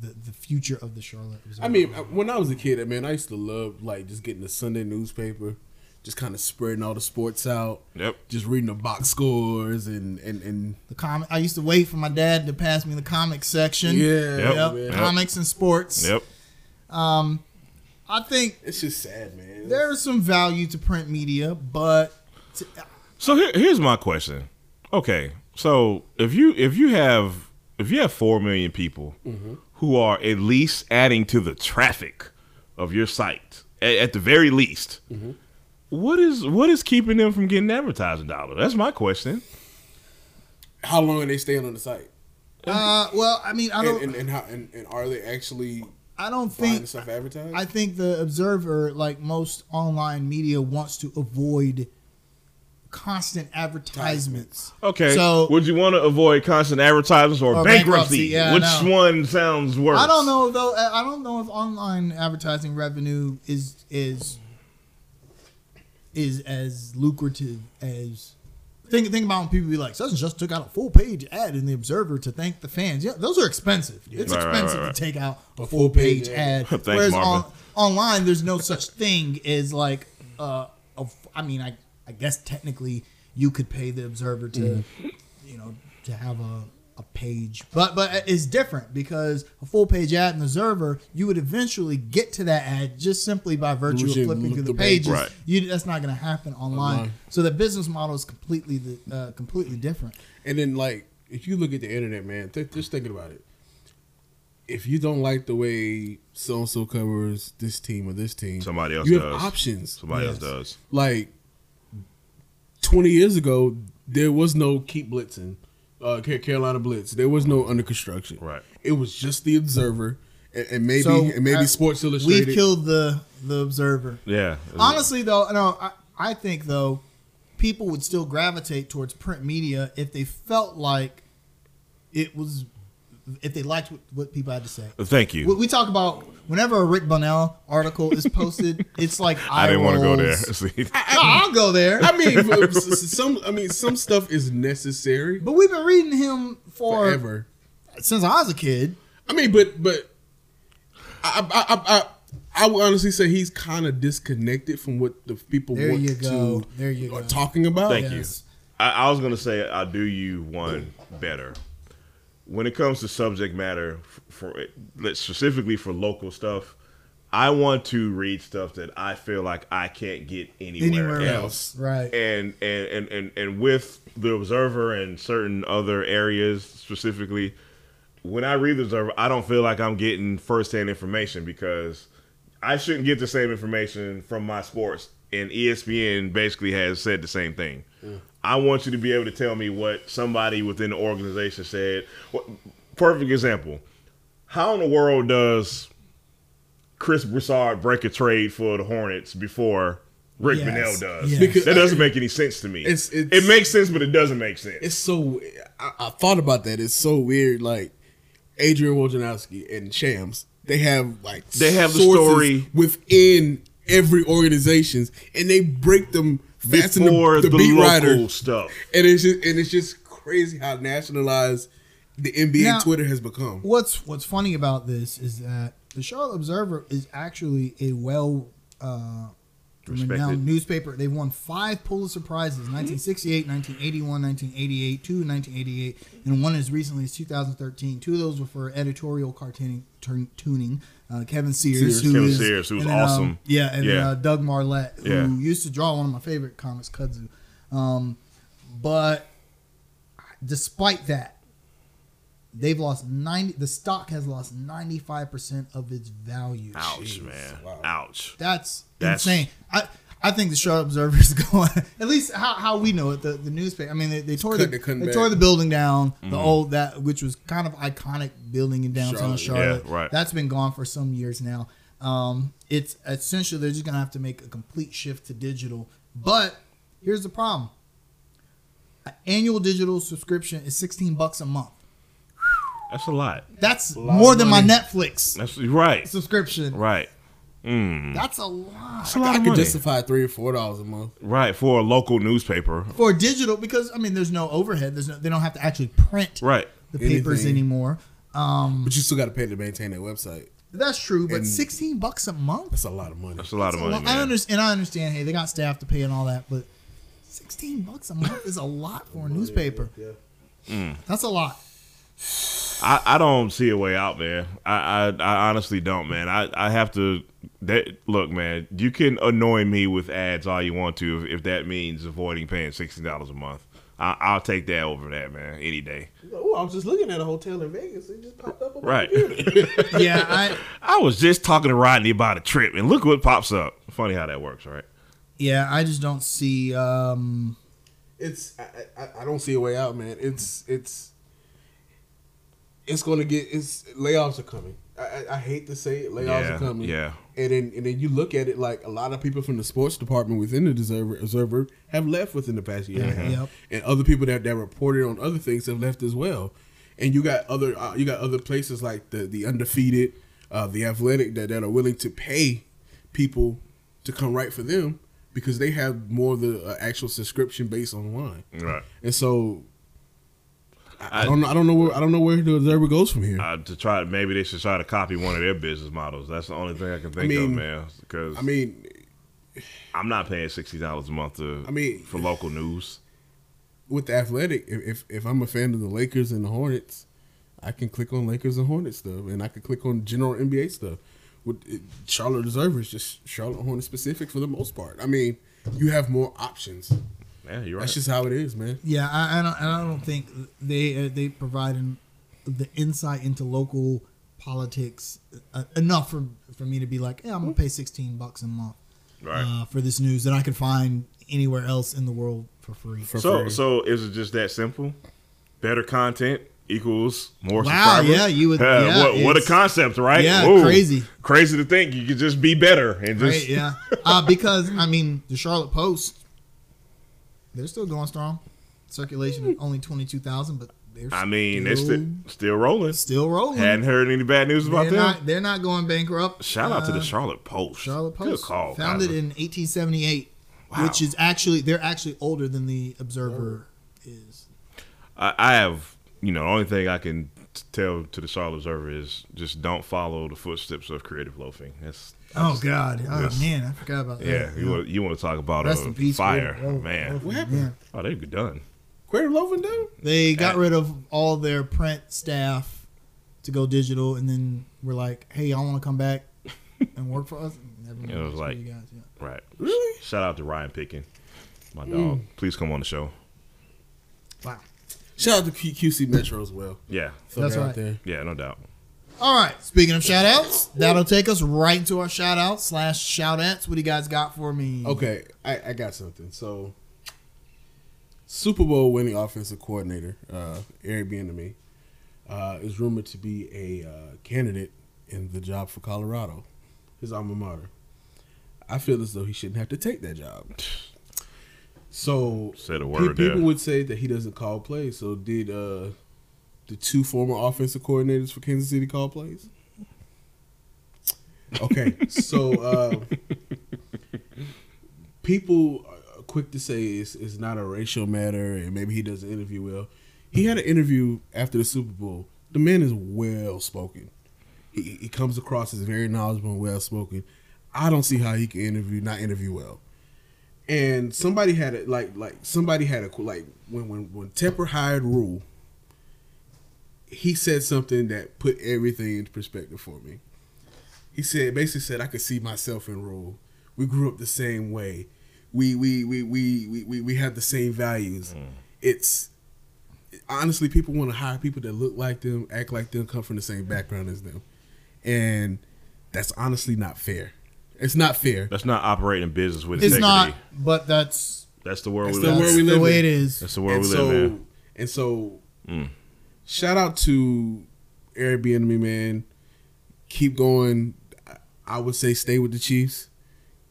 the the future of the Charlotte. Observer.
I mean, uh, I- when I was a kid, man, I used to love like just getting the Sunday newspaper, just kind of spreading all the sports out.
Yep.
Just reading the box scores and and and
the comic. I used to wait for my dad to pass me the comic section.
yeah,
Yep,
man.
comics and sports.
Yep.
I think
It's just sad, man.
there's some value to print media, but to,
So here, here's my question. Okay, so if you if you have if you have four million people who are at least adding to the traffic of your site, at, at the very least, what is what is keeping them from getting advertising dollars? That's my question.
how long are they staying on the site?
uh, well, I mean, I
And,
don't,
and, and how and, and are they actually
I don't
buying
think
the stuff advertised?
I think the observer, like most online media, wants to avoid constant advertisements.
Okay,
So
would you want to avoid constant advertisements or,
Or bankruptcy,
bankruptcy?
yeah, I
Which
know.
one sounds worse?
I don't know though. I I don't know if online advertising revenue is is is as lucrative as Think think about when people be like, such and such took out a full page ad in the Observer to thank the fans. Yeah, those are expensive. It's
Right, right,
expensive
right, right.
to take out a full page ad.
[LAUGHS] Thanks,
Whereas
Marvin.
on, online, there's no such thing as like, uh, a f- I mean, I I guess technically you could pay the Observer to, you know, to have a. A page, but but it's different because a full page ad in the Observer, you would eventually get to that ad just simply by virtue of
Losing
flipping through the
the-
pages.
Right.
You, that's not going to happen online. So the business model is completely the, uh, completely different.
And then, like, if you look at the internet, man, th- just thinking about it. If you don't like the way so and so covers this team or this team,
Somebody else
you have
does.
options.
Somebody
Yes.
else
Like, 20 years ago, there was no keep blitzing, uh, Ca- Carolina Blitz. There was no under construction.
Right.
It was just the Observer, and, and maybe
So,
and maybe
uh,
Sports Illustrated.
We've killed the the observer.
does. Yeah.
Honestly, though, no, I, I think though people would still gravitate towards print media if they felt like it was if they liked what, what people had to say.
Thank you.
We, we talk about whenever a Rick Bunnell article is posted, it's like
I didn't want to go there.
rolls.
[LAUGHS] See,
No, I'll go there.
I mean, f- s- s- some I mean, some stuff is necessary
But we've been reading him for
forever.
since I was a kid.
I mean, but but I I I, I, I would honestly say he's kind of disconnected from what the people
There
want
you go.
to
There you
are
go.
talking about.
Thank
Yes.
you. I, I was gonna say I do you one better. When it comes to subject matter, f- for it- let's- specifically for local stuff, I want to read stuff that I feel like I can't get anywhere,
Anywhere
else.
else, right.
And and, and and and with the Observer and certain other areas specifically, when I read the Observer, I don't feel like I'm getting firsthand information because I shouldn't get the same information from my sports. And E ESPN basically has said the same thing. I want you to be able to tell me what somebody within the organization said. What- Perfect example. How in the world does Chris Broussard break a trade for the Hornets before Rick
Yes.
Bunnell does?
Yes.
Because-
that doesn't make any sense to me.
It's- it's-
it makes sense, but it doesn't make sense.
It's so I, I thought about that. It's so weird. Like Adrian Wojnarowski and Shams, they have like
They have the
sources
story.
within every organizations, and they break them fast in
before
the,
the,
the beat
local
writer.
stuff.
And it's just and it's just crazy how nationalized the NBA
Now-
Twitter has become.
What's What's funny about this is that the Charlotte Observer is actually a well uh, renowned
Respected. Hmm.
newspaper. They've won five Pulitzer prizes: 1968, 1981, 1988, two in 1988, and one as recently as 2013. Two of those were for editorial cartooning, turn, tuning. Uh, Kevin Sears,
Sears.
who
Kevin
is-
Sears, who was
and then, um,
awesome.
yeah, and Then,
Yeah.
uh, Doug Marlette, who
Yeah.
used to draw one of my favorite comics, Kudzu. Um, but despite that, they've lost 90 the stock has lost 95% of its value
Ouch,
Jeez,
man.
wow.
Ouch.
that's,
That's-
insane i I think the Charlotte Observer is [LAUGHS] going. At least how, how we know it, the, the newspaper. I mean, they, they tore the,
cutting- cutting
they
back.
tore the building down,
Mm-hmm.
the old that which was kind of iconic building in downtown Charlotte.
Charlotte.
Yeah, right.
That's been gone for some years now. Um, it's essentially they're just gonna have to make a complete shift to digital. But here's the problem: An annual digital subscription is 16 bucks a month.
That's a lot.
That's
lot
more
of
than
money.
my Netflix
That's right.
subscription.
Right.
That's a lot
That's a lot
I
of
could
money.
justify three or four dollars a month.
right for a local newspaper.
for digital because I mean, there's no overhead. There's no, they don't have to actually print
Right.
the papers
Anything.
anymore. Um,
But you still got to pay to maintain that website.
that's true, but
And-
16 bucks a month.
That's a lot of money.
That's a lot of money.
I
man.
understand. And I understand. Hey, they got staff to pay and all that, but 16 bucks a month is a lot for a newspaper. That's a lot.
I, I don't see a way out, man. I, I, I honestly don't, man. I, I have to. That look, man. You can annoy me with ads all you want to, if, if that means avoiding paying sixty dollars a month. I, I'll take that over that, man, any day.
Oh, I was just looking at a hotel in Vegas. It just popped up.
Right. [LAUGHS]
Yeah, I
I was just talking to Rodney about a trip, and look what pops up. Funny how that works, right?
yeah, I just don't see. Um,
It's I, I, I don't see a way out, man. It's it's it's going to get it's layoffs are coming. I, I, I hate to say it, layoffs
Yeah,
are coming.
yeah.
And then and then you look at it like a lot of people from the sports department within the Observer, Observer have left within the past year and a
Mm-hmm.
half,
Yep.
and other people that that reported on other things have left as well. And you got other uh, you got other places like the the undefeated, uh, the athletic that that are willing to pay people to come write for them. because they have more of the uh, actual subscription base online,
Right.
and so I,
I-
I don't know. I don't know where I don't know where the Zerba goes from here.
Uh, to try, maybe they should try to copy one of their business models. That's the only thing I can think of,
mean-
man. Because
I mean,
I'm not paying sixty dollars a month to,
I mean-
for local news.
with the athletic, if, if if I'm a fan of the Lakers and the Hornets, I can click on Lakers and Hornets stuff, and I can click on general NBA stuff. With it, Charlotte Reserve is just Charlotte Hornets specific for the most part. I mean, you have more options.
Yeah, you're right.
That's just how it is, man.
Yeah, I, I don't. and I don't think they uh, they provide an, the insight into local politics uh, enough for for me to be like, yeah, I'm
Hmm.
gonna pay 16 bucks a month
right.
uh, for this news that I could find anywhere else in the world for free.
For
so,
free.
so is it just that simple? Better content equals more
Wow,
subscribers.
yeah, you would-
Uh,
yeah,
what, what a
it's-
concept, right?
yeah, crazy.
Crazy to think you could just be better and just
Right,
[LAUGHS]
yeah, uh, because I mean, the Charlotte Post, they're still going strong. Circulation at only 22,000, but they're
I mean, they're still, still rolling.
still rolling.
Hadn't heard any bad news about
they're
them.
not, they're not going bankrupt.
Shout out to
Uh,
the Charlotte Post.
Charlotte Post.
Good call.
Founded
Kaiser.
in 1878,
Wow.
which is actually they're actually older than the Observer is.
I, I have, you know, the only thing I can t- tell to the Charlotte Observer is just don't follow the footsteps of creative loafing. That's
Oh God! Oh
Yes.
man, I forgot about that.
yeah. You want you want to talk about
Rest
a
in peace,
fire,
Creative Loafing.
man?
what happened?
Oh, they've done.
Queer Lovin' down?
They got rid of all their print staff to go digital, and then we're like, "Hey, I want to come back and work for us." [LAUGHS] And everyone
It was
goes,
like-
"You guys, yeah."
Right.
Really?
Shout out to Ryan Pickin, my
Mm.
dog. Please come on the show.
"Wow,
Shout out to Q- QC Metro as well.
Yeah.
So
That's
they're out
right.
there.
Yeah, no doubt.
All right. Speaking of shout outs, that'll take us right into our shout out slash shout outs. What do you guys got for me?
Okay, I, I got something. So, Super Bowl winning offensive coordinator, uh, Eric Bieniemy, uh, is rumored to be a uh, candidate in the job for Colorado, his alma mater. I feel as though he shouldn't have to take that job. So,
Said a
pe-
word
people
there.
would say that he doesn't call plays. So, did uh, the two former offensive coordinators for Kansas City call plays? Okay, so. Uh, people are quick to say it's, it's not a racial matter and maybe he doesn't interview well. He had an interview after the Super Bowl. The man is well spoken. He, he comes across as very knowledgeable and well spoken. I don't see how he can interview not interview well. And somebody had it like like somebody had a qu- like when when when Tepper hired Rule. He said something that put everything into perspective for me he said basically said I could see myself in Rule. We grew up the same way. We we we we we we, we have the same values. It's honestly people want to hire people that look like them, act like them, come from the same background as them, and that's honestly not fair. It's not fair.
That's not operating business with
It's
integrity.
not, but that's
That's the world
That's
we
the
live.
world
that's
in.
we
the
live
way it
in.
is.
That's the world
and
we
so,
live in.
And so,
Mm.
shout out to Airbnb, man. Keep going. I- I would say stay with the Chiefs.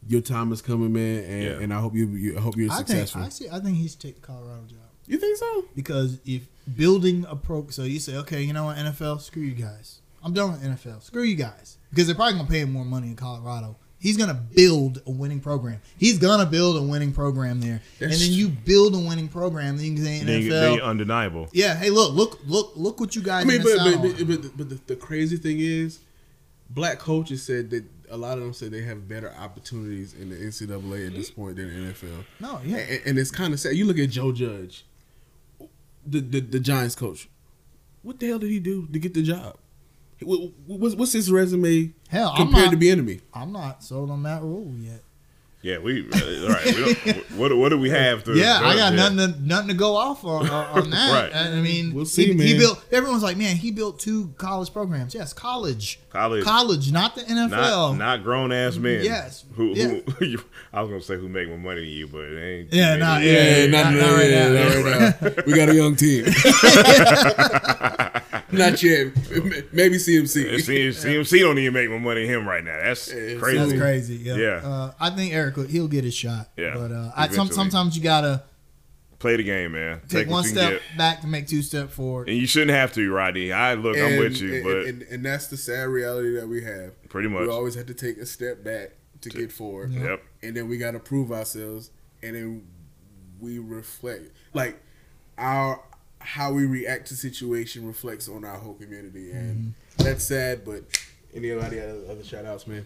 Your time is coming, man, and,
Yeah.
and I hope you, you I hope you're
I think
successful.
actually I think he should take the Colorado job.
you think so?
because if building a pro, so you say, okay, you know what, NFL, screw you guys. I'm done with NFL. Screw you guys because they're probably gonna pay him more money in Colorado. He's gonna build a winning program. He's gonna build a winning program there, and
That's
then you build a winning program. Then you can say
Then
NFL.
you- then you're undeniable.
yeah, hey, look, look, look, look what you guys.
I mean,
missed
but
out
but,
on.
but, but, but the, the crazy thing is, black coaches said that a lot of them said they have better opportunities in the NCAA at this
Mm-hmm.
point than the NFL.
no, yeah,
and, and it's kind of sad. You look at Joe Judge, the, the the Giants coach. What the hell did he do to get the job? What, what's, what's his resume
Hell, I'm
compared
not-
to be enemy?
I'm not sold on that rule yet.
Yeah, we uh, all right. We don't, what what do we have to?
Yeah, I got
yeah.
nothing to, nothing to go off on on on that.
[LAUGHS] Right.
I I mean,
We'll see,
he, he
man.
built. Everyone's like, man, he built two college programs. Yes, college,
College.
college, not the NFL.
Not, not grown ass men.
Yes.
Who,
Yeah.
who [LAUGHS] you, I was gonna say who make more money than you, but it ain't.
Yeah,
it
nah,
ain't-
yeah, yeah, not- not right now. [LAUGHS]
right now. We got a young team. [LAUGHS] not yet. M-
[LAUGHS]
[LAUGHS]
Maybe
It
CMC.
seems CMC don't even make more money than him right now. That's
It's-
crazy.
That's crazy. Yeah.
Yeah.
Uh, I think Eric will- he'll get his shot.
Yeah,
But uh, I, some,
eventually.
sometimes you gotta
Play the game, man.
take,
what
one
you can
step
get.
back to make two step forward.
and you shouldn't have to, Rodney. I look, I'm with you,
and,
but
and, and that's the sad reality that we have.
Pretty much.
we always have to take a step back to get forward.
Yep.
And then we got to prove ourselves, and then we reflect like our how we react to situation reflects on our whole community, and
Mm-hmm.
that's sad. But anybody other, other shout outs, man?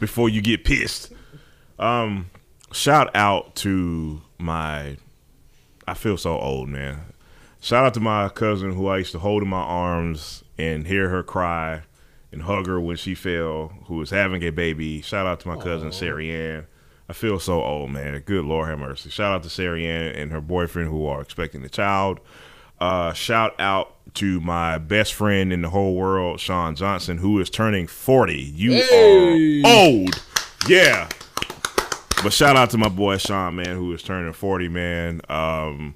before you get pissed. Um, shout out to my. I feel so old, man. Shout out to my cousin who I used to hold in my arms and hear her cry and hug her when she fell, who was having a baby. Shout out to my cousin Sari Ann. I feel so old, man. Good Lord have mercy. Shout out to Sari Ann and her boyfriend who are expecting a child. Uh, shout out to my best friend in the whole world, Sean Johnson, who is turning 40. You
Hey.
are old. Yeah. But shout out to my boy Sean, man, who is turning 40, man. Um,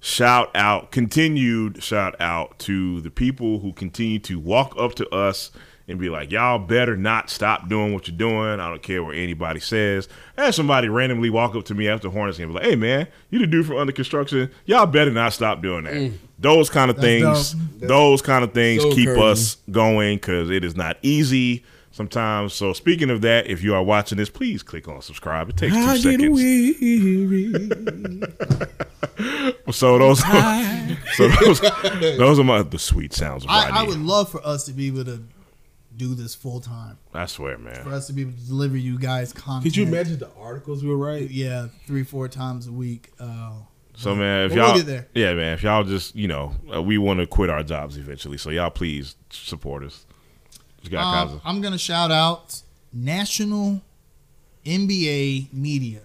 shout out, continued shout out to the people who continue to walk up to us and be like, y'all better not stop doing what you're doing. I don't care what anybody says. I had somebody randomly walk up to me after Hornets game and be like, hey, man, you the dude from under construction. Y'all better not stop doing that.
Mm.
Those kind of things,
dope.
those kind of things
So
keep
encouraging.
us going because it is not easy sometimes. So speaking of that, if you are watching this, please click on subscribe. It takes two seconds. So those, are, [LAUGHS] so those, those are my the sweet sounds of
I, I
Rodney.
would love for us to be able to do this full time.
I, swear,
For
man.
us to be able to deliver you guys content.
Could you imagine the articles we were writing?
Yeah, three, four times a week. Uh,
So man, if
But we'll
y'all,
get there.
yeah, man, if y'all just you know, uh, we want to quit our jobs eventually. So y'all, please support us. Just got
um,
Kaza.
I'm gonna shout out National NBA Media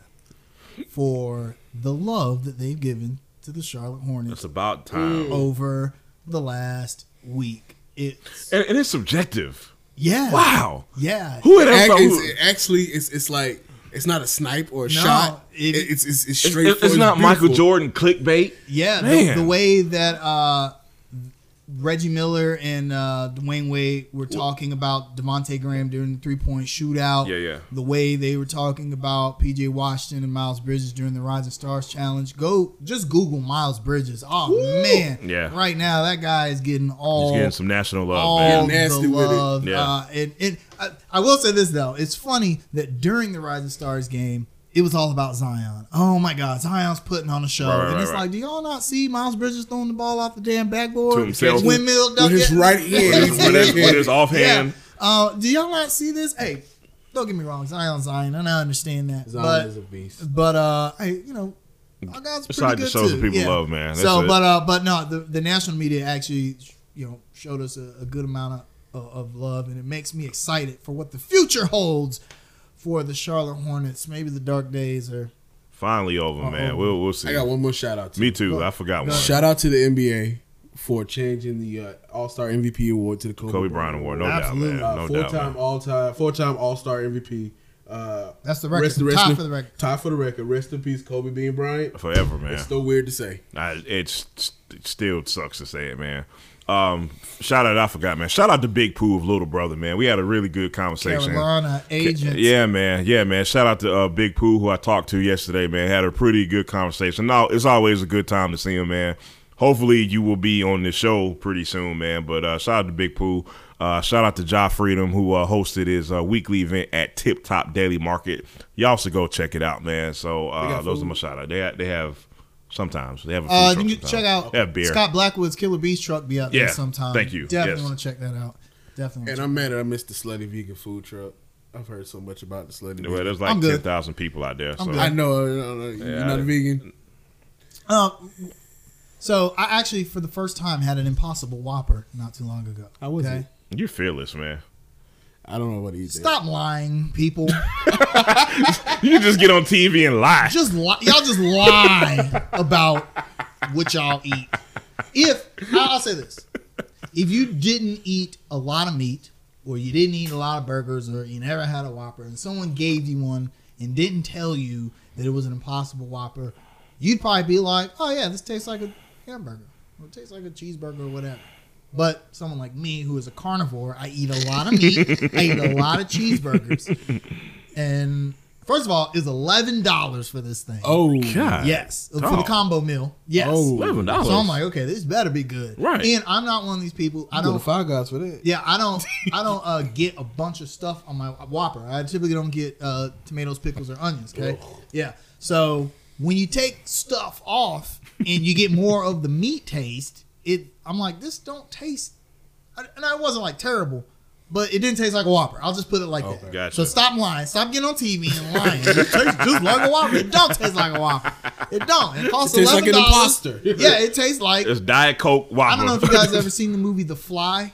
for the love that they've given to the Charlotte Hornets
It's about time,
over the last week. It's
and, and it's subjective.
yeah,
Wow,
yeah.
who would have
Act-
thought?
it's,
who-
it actually, it's it's like it's not a snipe or a shot.
it-
It, it's, it's it's
It's,
straight.
it's not Michael Jordan clickbait.
Yeah, the,
Man.
the way that uh, Reggie Miller and uh, Dwayne Wade were talking about Devontae Graham during the three point shootout.
Yeah, yeah.
The way they were talking about PJ Washington and Miles Bridges during the Rising Stars Challenge. Go just Google Miles Bridges. Oh man,
Yeah.
Right now, that guy is getting all
He's getting some national love,
all [LAUGHS]
man.
man. Nasty
the
with it.
love.
Yeah.
Uh, and and I, I will say this though, it's funny that during the Rising Stars game, it was all about Zion. Oh my God, Zion's putting on a show,
Right, right,
and
right,
it's
right.
like, do y'all not see Miles Bridges throwing the ball off the damn backboard,
To himself.
windmill dunk
with his
it?
right hand.
With
He's
his-
right
with his
handed.
offhand.
[LAUGHS] Yeah. Uh, do y'all not see this? Hey, don't get me wrong, Zion's Zion, and I understand that,
Zion
but
is a beast.
but uh, hey, you know, our God's pretty
like the
good
shows
too.
that people
yeah.
love, man. That's
so,
it.
but uh, but no, the, the national media actually, you know, showed us a, a good amount of, of, of love, and it makes me excited for what the future holds for the Charlotte Hornets. Maybe the dark days are.
Finally over, man.
Uh-oh.
We'll we'll
I
see.
got one more shout out. To
Me too. I forgot one.
Shout out to the NBA for changing the uh, All Star MVP award to the Kobe, Uh,
Kobe Bryant Award, no
Absolutely.
doubt, man. No
four
doubt.
time
man.
all time, four time All Star MVP. Uh,
That's the record.
Rest, rest
Top
in-
for the record.
Top for the record. Rest in peace, Kobe Bean Bryant.
Forever, man.
It's still weird to say.
I, it's it still sucks to say it, man. Um, shout out, I forgot, man. Shout out to Big Pooh of Little Brother, man. We had a really good conversation.
Carolina agents.
Yeah, man. Yeah, man. Shout out to uh, Big Pooh, who I talked to yesterday, man. Had a pretty good conversation. Now, it's always a good time to see him, man. Hopefully, you will be on the show pretty soon, man. But uh, shout out to Big Pooh. Uh, shout out to Ja Freedom, who uh, hosted his uh, weekly event at Tip Top Daily Market. Y'all should go check it out, man. So uh,
got
those
food?
are my shout out. They, ha- they have sometimes. They have a food
Uh,
truck
you can
sometimes.
check out
They have beer.
Scott Blackwood's Killer Bees truck be out there
Yeah,
sometime.
thank you.
Definitely
Yes.
want to check that out. Definitely.
And I'm mad that I missed the slutty vegan food truck. I've heard so much about the slutty.
Well,
vegan.
there's
I'm
like
good.
10,000 people out there. So
good.
I know. I know, I know.
Yeah,
You're not
I-
a vegan.
Um, so I actually, for the first time, had an Impossible Whopper not too long ago.
How was it?
you're fearless, man.
I don't know what he did.
Stop lying, people.
You can just get on TV and lie.
[LAUGHS] just li- y'all just lie about what y'all eat. If I- I'll say this, if you didn't eat a lot of meat, or you didn't eat a lot of burgers, or you never had a Whopper, and someone gave you one and didn't tell you that it was an Impossible Whopper, you'd probably be like, "Oh yeah, this tastes like a hamburger, or it tastes like a cheeseburger, or whatever." But someone like me, who is a carnivore, I eat a lot of meat, I eat a lot of cheeseburgers, and First of all, is eleven dollars for this thing.
Oh,
God.
yes, for the
dog.
combo meal. Yes.
Oh.
Eleven dollars.
So I'm like, okay, this better be good.
Right.
And I'm not one of these people. I
go to
don't.
Five Guys for that.
[LAUGHS] Yeah, I don't. I don't uh, get a bunch of stuff on my Whopper. I typically don't get uh, tomatoes, pickles, or onions. Okay. Yeah. So when you take stuff off and you get more of the meat taste, it. I'm like, this don't taste. I- And I wasn't like terrible. But it didn't taste like a Whopper. I'll just put it
Oh,
like that.
Gotcha.
So stop lying. Stop getting on TV and lying. It tastes just like a Whopper. It don't taste like a Whopper. It don't. It costs
It tastes like
eleven
an
dollars.
imposter.
Yeah, it tastes like
It's Diet Coke Whopper.
I don't know if you
[LAUGHS]
guys ever seen the movie The Fly,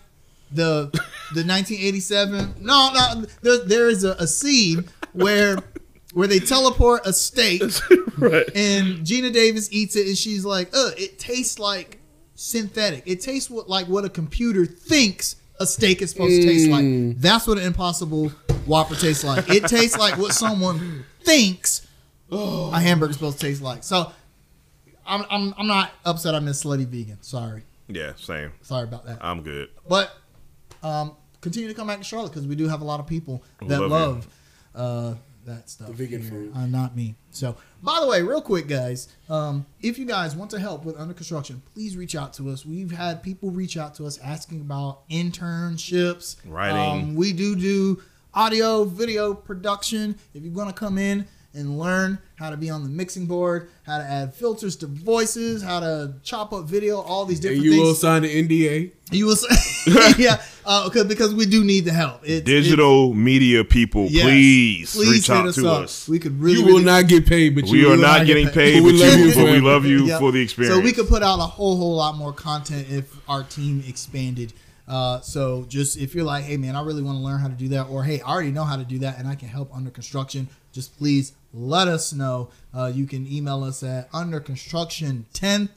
the the 1987. No, no, there, there is a, a scene where where they teleport a steak, and Gina Davis eats it, and she's like, "Uh, it tastes like synthetic. It tastes what like what a computer thinks." A steak is supposed to taste like. That's what an impossible Whopper tastes like. It tastes like what someone thinks a hamburger's supposed to taste like. So, I'm, I'm, I'm not upset. I miss Slutty Vegan. Sorry.
yeah, same.
Sorry about that.
I'm good.
But um, continue to come back to Charlotte because we do have a lot of people
We
that
love
love, uh, that stuff.
vegan
here.
food.
Uh, not me. So, by the way, real quick, guys, um, if you guys want to help with under construction, please reach out to us. We've had people reach out to us asking about internships.
Writing.
Um, we do do audio, video production. If you're going to come in and learn how to be on the mixing board, how to add filters to voices, how to chop up video, all these
And
different
you
things.
will sign an NDA.
You will
[LAUGHS]
say, [LAUGHS] yeah, uh, cause, because we do need the help. It's,
Digital media people,
it's- yes.
please, reach out
hit
to
up.
us.
We could really,
you will
really
not get paid, but
We
you
are
will
not
not
getting
getting
paid,
paid.
but,
We
you-
love you
but we
forever.
love you
Yep.
for the experience.
So we could put out a whole whole lot more content if our team expanded. Uh, so just if you're like, hey man, I really want to learn how to do that, or hey, I already know how to do that and I can help under construction. Just please let us know. Uh, you can email us at underconstruction10th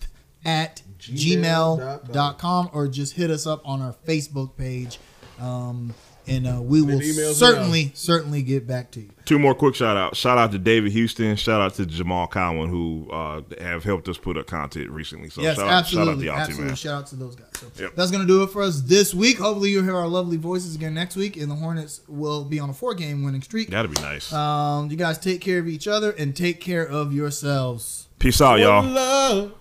at gmail.com or just hit us up on our Facebook page. Um, and uh, we will
emails now.
certainly, certainly get back to you.
Two more quick shout out. Shout out to David Houston. Shout out to Jamal Cowan, who uh, have helped us put up content recently. So
yes,
shout, out, shout out to
absolutely.
y'all
absolutely.
too, man.
Shout out to those guys. So
Yep.
That's going to do it for us this week. Hopefully, you'll hear our lovely voices again next week, and the Hornets will be on a four game winning streak.
That'd be nice.
Uh, Um, you guys take care of each other and take care of yourselves.
Peace out, y'all.
Love.